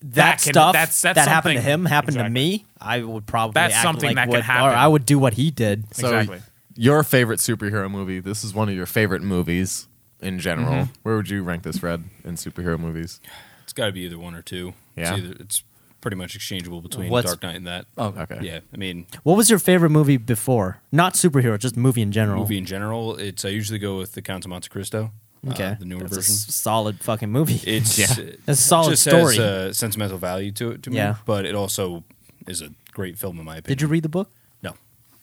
C: that,
A: That can-
C: stuff
A: that's- that's
C: that happened to
A: something-
C: him happened
A: Exactly.
C: to me, I would probably
A: That's
C: act
A: something
C: like
A: that can
C: what-
A: happen.
C: Or I would do what he did.
D: So
A: Exactly.
D: your favorite superhero movie. This is one of your favorite movies in general.
A: Mm-hmm.
D: Where would you rank this, Red, in superhero movies?
E: It's got to be either one or two.
D: Yeah.
E: It's, either, it's pretty much exchangeable between
B: What's-
E: Dark Knight and that.
C: Oh,
D: Okay.
E: Yeah, I mean,
C: What was your favorite movie before? Not superhero, just movie in general.
E: movie in general, it's I usually go with the Count of Monte Cristo. uh,
C: Okay,
E: the newer
C: That's a
E: version.
C: s- solid fucking movie.
E: It's
D: Yeah.
E: it
C: It's a solid
E: just
C: story.
E: Has a sentimental value to it to me.
C: Yeah.
E: but it also is a great film in my opinion.
C: did you read the book?
E: No,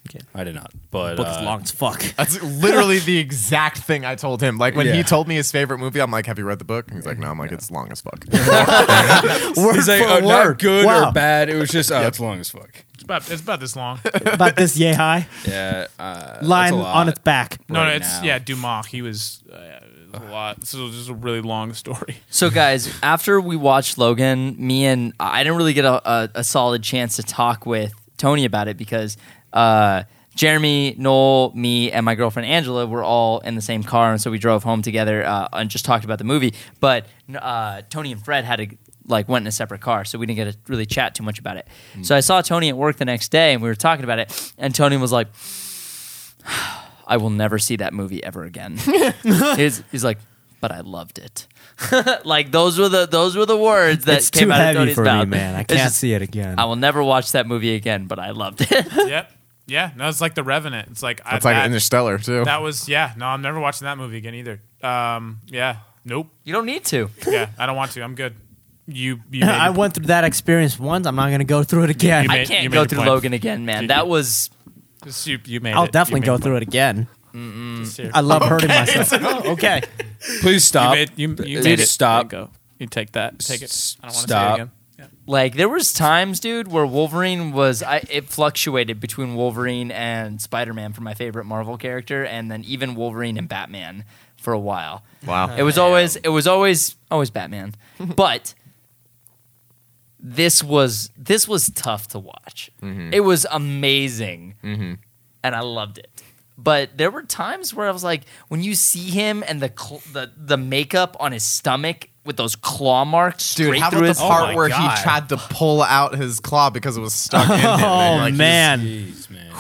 C: Okay,
E: I did not. But
C: book is
E: uh,
C: long as fuck.
D: That's literally the exact thing I told him. Like when
E: Yeah.
D: he told me his favorite movie, I'm like, "Have you read the book?" And he's like, "No." I'm like, "It's long as fuck."
C: word
E: He's like,
C: for
E: oh,
C: word.
E: not good
C: wow.
E: or bad. It was just, oh, it's long as fuck.
A: it's about it's about this long
C: About this yay high
E: Yeah, uh,
C: line
E: that's a
C: on
E: lot.
C: its back.
A: no no
E: Right
A: it's
E: now.
A: yeah Dumas he was uh, a lot this is just a really long story
B: So, guys, after we watched Logan, me and I didn't really get a, a, a solid chance to talk with Tony about it because uh, Jeremy, Noel, me, and my girlfriend Angela were all in the same car, and so we drove home together uh, and just talked about the movie. But uh, Tony and Fred had to like went in a separate car, so we didn't get to really chat too much about it. So I saw Tony at work the next day, and we were talking about it, and Tony was like. I will never see that movie ever again. he's, he's like, but I loved it. like those were the those were the words that
C: It's
B: came
C: too
B: out of
C: heavy
B: Tony's
C: for
B: mouth.
C: me, man. I
B: It's
C: can't
B: just,
C: see it again.
B: I will never watch that movie again, but I loved it.
A: yep yeah no it's like the Revenant it's like
D: That's
A: I,
D: like
A: that-
D: Interstellar too.
A: That was yeah. No, I'm never watching that movie again either. Um, yeah, nope.
B: you don't need to.
A: Yeah, I don't want to. I'm good. You, you made
C: I
A: the-
C: went through that experience once. I'm not gonna go through it again.
A: You
B: I
A: made- you
B: can't
A: made
B: go
A: a
B: through
A: point.
B: Logan again, man.
A: You-
B: That was
A: just- you, you made
C: I'll
A: it.
C: definitely
A: You
C: go
A: made
C: through it again.
A: Just here.
C: I love hurting myself. okay.
E: Please stop.
A: You made, you, you
E: Dude,
A: made it.
E: stop.
A: There you, go. you take that. Take it.
E: S-
A: I don't want to see it
E: stop.
A: again. Yeah.
B: like there was times, dude, where Wolverine was. I it fluctuated between Wolverine and Spider Man for my favorite Marvel character, and then even Wolverine and Batman for a while.
D: wow.
B: It was always it was always always Batman. but this was this was tough to watch.
D: Mm-hmm.
B: It was amazing. And I loved it. But there were times where I was like when you see him and the cl- the the makeup on his stomach with those claw marks
D: Dude,
B: straight
D: how
B: through
D: about the
B: his
D: part
A: Oh my
D: where
A: God.
D: he tried to pull out his claw because it was stuck in him? and,
C: Oh
D: like, he's-
C: man.
E: Jeez, man.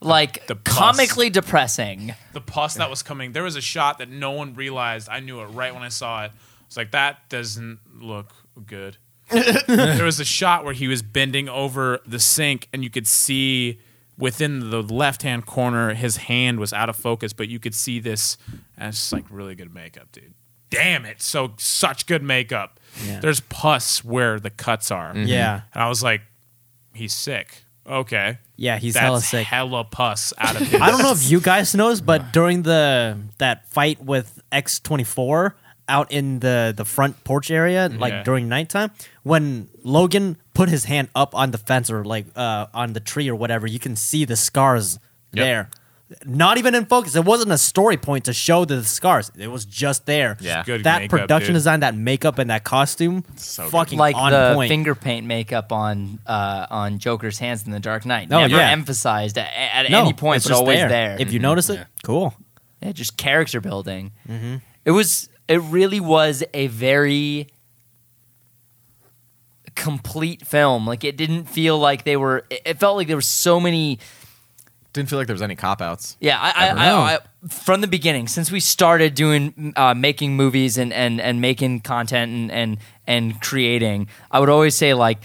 B: like
A: The pus.
B: comically depressing.
A: The pus that was coming. There was a shot that no one realized. I knew it right when I saw it. It's like that doesn't look good. there was a shot where he was bending over the sink, and you could see within the left-hand corner his hand was out of focus, but you could see this. And it's just like really good makeup, dude. Damn it! So such good makeup.
C: Yeah. Mm-hmm.
A: There's pus where the cuts are.
C: Yeah.
A: And I was like, he's sick. Okay.
C: Yeah, he's
A: That's
C: hella sick.
A: hella pus out of his.
C: I don't know if you guys noticed, but during the that fight with X twenty four out in the the front porch area, like
A: Yeah.
C: during nighttime, when Logan put his hand up on the fence or like uh, on the tree or whatever, you can see the scars
A: Yep.
C: there. Not even in focus. It wasn't a story point to show the scars. It was just there.
D: Yeah.
A: Good
C: that
A: makeup,
C: production
A: dude.
C: design, that makeup, and that costume,
D: so good.
C: fucking
B: like
C: on
B: the
C: point.
B: finger paint makeup on uh, on Joker's hands in the Dark Knight.
C: Oh,
B: Never
C: yeah.
B: emphasized at, at
C: no,
B: any point,
C: it's
B: but
C: just
B: always
C: there.
B: there.
C: If you notice it,
E: Yeah.
C: cool.
B: yeah, just character building.
C: Mm-hmm.
B: It was. It really was a very complete film. Like it didn't feel like they were. It, it felt like there were so many.
D: Didn't feel like there was any cop outs.
B: Yeah, I, I, I, I from the beginning, since we started doing uh, making movies and, and, and making content and, and and creating, I would always say like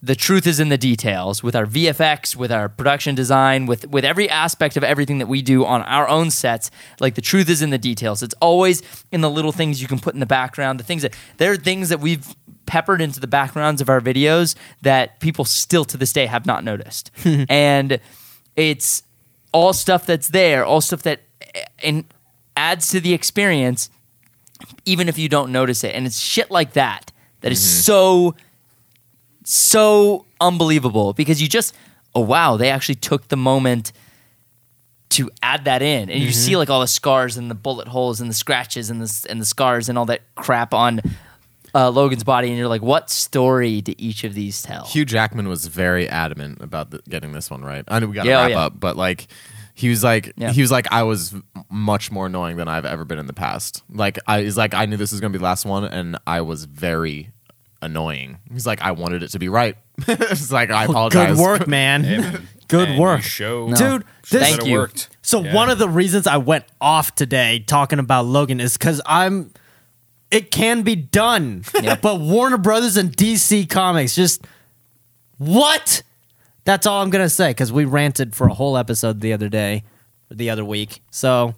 B: the truth is in the details with our VFX, with our production design, with with every aspect of everything that we do on our own sets. Like the truth is in the details. It's always in the little things you can put in the background. The things that there are things that we've peppered into the backgrounds of our videos that people still to this day have not noticed, and it's all stuff that's there, all stuff that eh, and adds to the experience, even if you don't notice it. And it's shit like that that is so, so unbelievable because you just, oh wow, they actually took the moment to add that in, and you see like all the scars and the bullet holes and the scratches and the s- and the scars and all that crap on. Uh, Logan's body, and you're like, what story do each of these tell?
D: Hugh Jackman was very adamant about the, getting this one right. I know we got to
B: Yeah, oh,
D: wrap
B: yeah.
D: up, but like he was like
B: Yeah.
D: he was like I was m- much more annoying than I've ever been in the past. Like I he's like I knew this was going to be the last one and I was very annoying. He's like I wanted it to be right. it's like I apologize.
C: Good work, man. Good
E: And you
C: work,
E: show-
C: dude.
E: Show
C: This,
E: that
B: Thank
E: it
B: you.
E: worked.
C: So
E: Yeah.
C: one of the reasons I went off today talking about Logan is because I'm. It can be done, but Warner Brothers and DC Comics just what? That's all I'm gonna say because we ranted for a whole episode the other day, the other week. So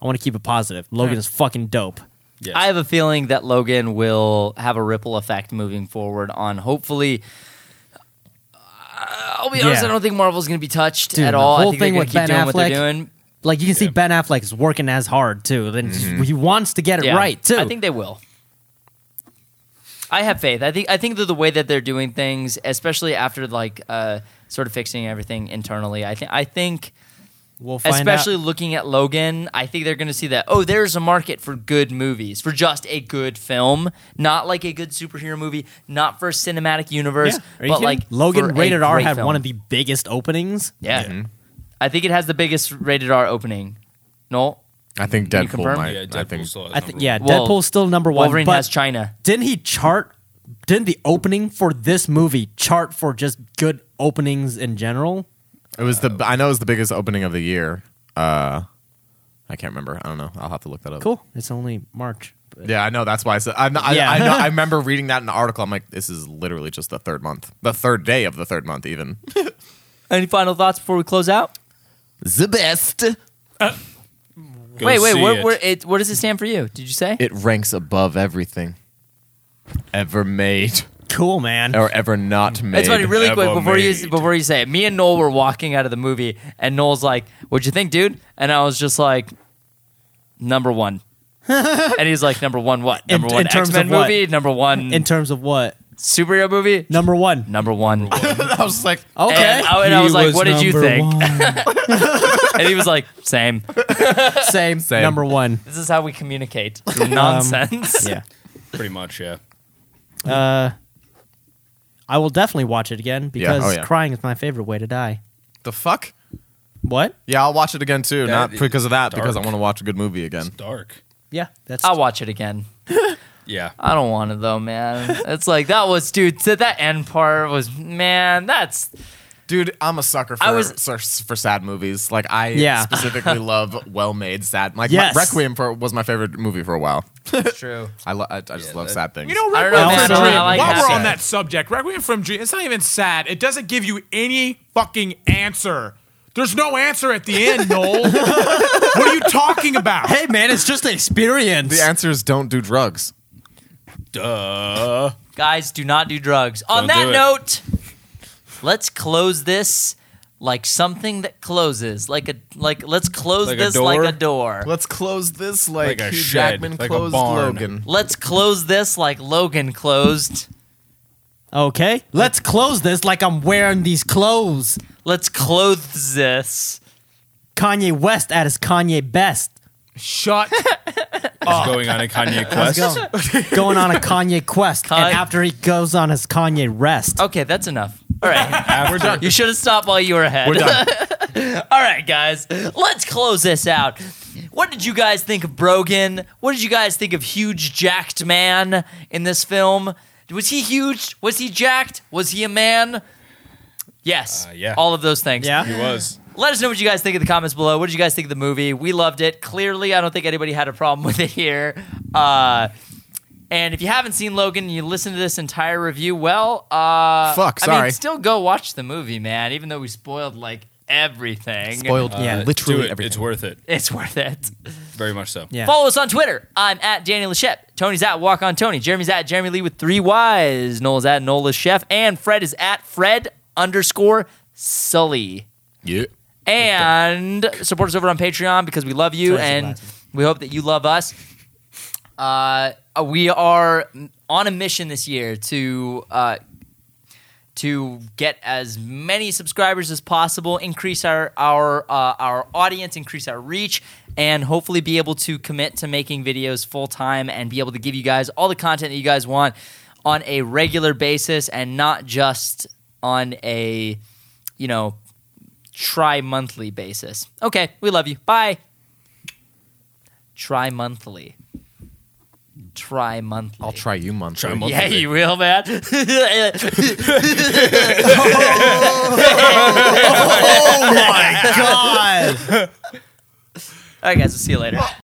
C: I want to keep it positive. Logan is fucking dope.
E: Yes.
B: I have a feeling that Logan will have a ripple effect moving forward on hopefully. uh, I'll be honest,
C: Yeah.
B: I don't think Marvel's going to be touched
C: Dude,
B: at
C: the
B: all.
C: whole
B: I think they're
C: thing
B: gonna
C: with
B: keep
C: Ben
B: doing what they're
C: Affleck,
B: doing.
C: Like you can see
E: Yeah.
C: Ben Affleck is working as hard too. Then he wants to get it
B: Yeah,
C: right too.
B: I think they will. I have faith. I think I think that the way that they're doing things, especially after like uh, sort of fixing everything internally, I think I think
C: we'll find
B: especially
C: out.
B: looking at Logan, I think they're going to see that oh, there's a market for good movies, for just a good film, not like a good superhero movie, not for a cinematic universe,
C: Are you
B: but
C: kidding?
B: like
C: Logan
B: for a
C: rated R
B: great
C: had
B: film.
C: one of the biggest openings.
B: yeah. I think it has the biggest rated R opening. No,
D: I think
B: Can you
D: Deadpool
B: confirm?
D: might
E: Yeah,
D: I
E: Deadpool
D: think
E: still has
C: I think
E: number
C: yeah,
B: Well,
C: Deadpool's still number one.
B: Wolverine
C: but
B: has China.
C: Didn't he chart? Didn't the opening for this movie chart for just good openings in general?
D: it was the I know it was the biggest opening of the year. Uh I can't remember. I don't know. I'll have to look that up.
C: Cool. It's only March. but-
D: Yeah, I know. That's why I said. I, I,
C: Yeah.
D: I, know, I remember reading that in the article. I'm like, this is literally just the third month, the third day of the third month, even.
B: Any final thoughts before we close out?
D: the best.
E: Go
B: wait, wait,
E: see
B: what,
E: it.
B: what, it, what does it stand for you? Did you say?
D: It ranks above everything ever made
C: Cool, man.
D: or ever not made.
B: It's funny, really quick
E: ever
B: before you
E: made.
B: before you say it. Me and Noel were walking out of the movie, and Noel's like, "What'd you think, dude?" And I was just like, "Number one." and he's like, "Number one, what?
C: In-
B: Number one
C: in terms of
B: X-Men
C: what?
B: movie? Number one
C: In terms of what?
B: superhero movie?
C: Number one.
B: Number one."
D: I was like,
C: Okay.
B: And I, and I
E: He
B: was like,
E: was
B: "What did you
E: number
B: think?" and he was like, "Same.
C: same,
D: Same.
C: Number one.
B: This is how we communicate. Nonsense."
C: Um, Yeah.
E: Pretty much, yeah.
C: I will definitely watch it again because
D: oh, yeah.
C: crying is my favorite way to die.
D: the fuck?
C: What?
D: Yeah, I'll watch it again too. not
E: That
D: because of that,
E: is
D: because I
E: dark.
D: want to watch a good movie again.
E: Dark.
C: Yeah, that's
B: I'll watch it again.
E: Yeah.
B: I don't want it though, man. It's like that was, dude. So that end part was, man. That's
D: Dude, I'm a sucker for,
B: I was-
D: for, for sad movies. Like I
C: Yeah.
D: specifically love well-made sad. Like
C: Yes.
D: my, Requiem for was my favorite movie for a while.
B: True.
D: I lo- I, I just love
E: that-
D: sad things.
A: You know,
B: I don't
A: Requiem
B: know,
A: from
B: man.
A: Dream.
B: I like
A: While
B: that.
A: we're on that subject, Requiem from Dream, it's not even sad. It doesn't give you any fucking answer. There's no answer at the end, Noel. what are you talking about?
C: Hey man, it's just an experience.
D: the answer is don't do drugs.
E: Duh.
B: Guys, do not do drugs. On
E: Don't do
B: that
E: it.
B: note, let's close this like something that closes, like a like. Let's close
E: Like a
B: this like
E: door?
B: a door.
D: Let's close this like,
E: Like a
D: Hugh
E: shed,
D: Jackman
E: like a
D: closed
E: barn.
D: Logan.
B: Let's close this like Logan closed.
C: Okay, let's close this like I'm wearing these clothes.
B: Let's close this.
C: Kanye West at his Kanye best.
A: Shut.
E: Is going on a Kanye
C: How's
E: quest.
C: it going? going on a Kanye Oh, quest,
B: Kanye-
C: and after he goes on his Kanye rest.
B: Okay, that's enough. All right.
E: After-
B: you should have stopped while you were ahead.
D: We're done.
B: All right, guys, let's close this out. What did you guys think of Brogan? What did you guys think of huge jacked man in this film? Was he huge? Was he jacked? Was he a man? Yes.
E: Uh, yeah.
B: All of those things.
C: Yeah.
E: He was.
B: Let us know what you guys think in the comments below. What did you guys think of the movie? We loved it. Clearly, I don't think anybody had a problem with it here. Uh, and if you haven't seen Logan and you listen to this entire review, well, uh,
D: Fuck,
B: I mean,
D: sorry.
B: still go watch the movie, man. Even though we spoiled like everything,
D: Spoiled
C: Yeah.
D: literally
E: Do it.
D: everything.
E: It's worth it.
B: it's worth it.
E: Very much so.
C: Yeah.
B: Follow us on Twitter. I'm at Daniel Lachef. Tony's at Walk on Tony. Jeremy's at Jeremy Lee with three Y's. Noel's at Noel Lachef. And Fred is at Fred underscore Sully.
D: Yeah.
B: And support us over on Patreon because we love you
C: Tony's
B: and
C: glasses.
B: we hope that you love us. Uh, we are on a mission this year to uh, to get as many subscribers as possible, increase our our uh, our audience, increase our reach, and hopefully be able to commit to making videos full time and be able to give you guys all the content that you guys want on a regular basis and not just on a you know tri monthly basis. Okay, we love you. Bye. Tri monthly. Tri monthly.
D: I'll try you monthly.
E: Try monthly.
B: Yeah, you will, man.
C: Oh my god!
B: All right, guys. We'll see you later.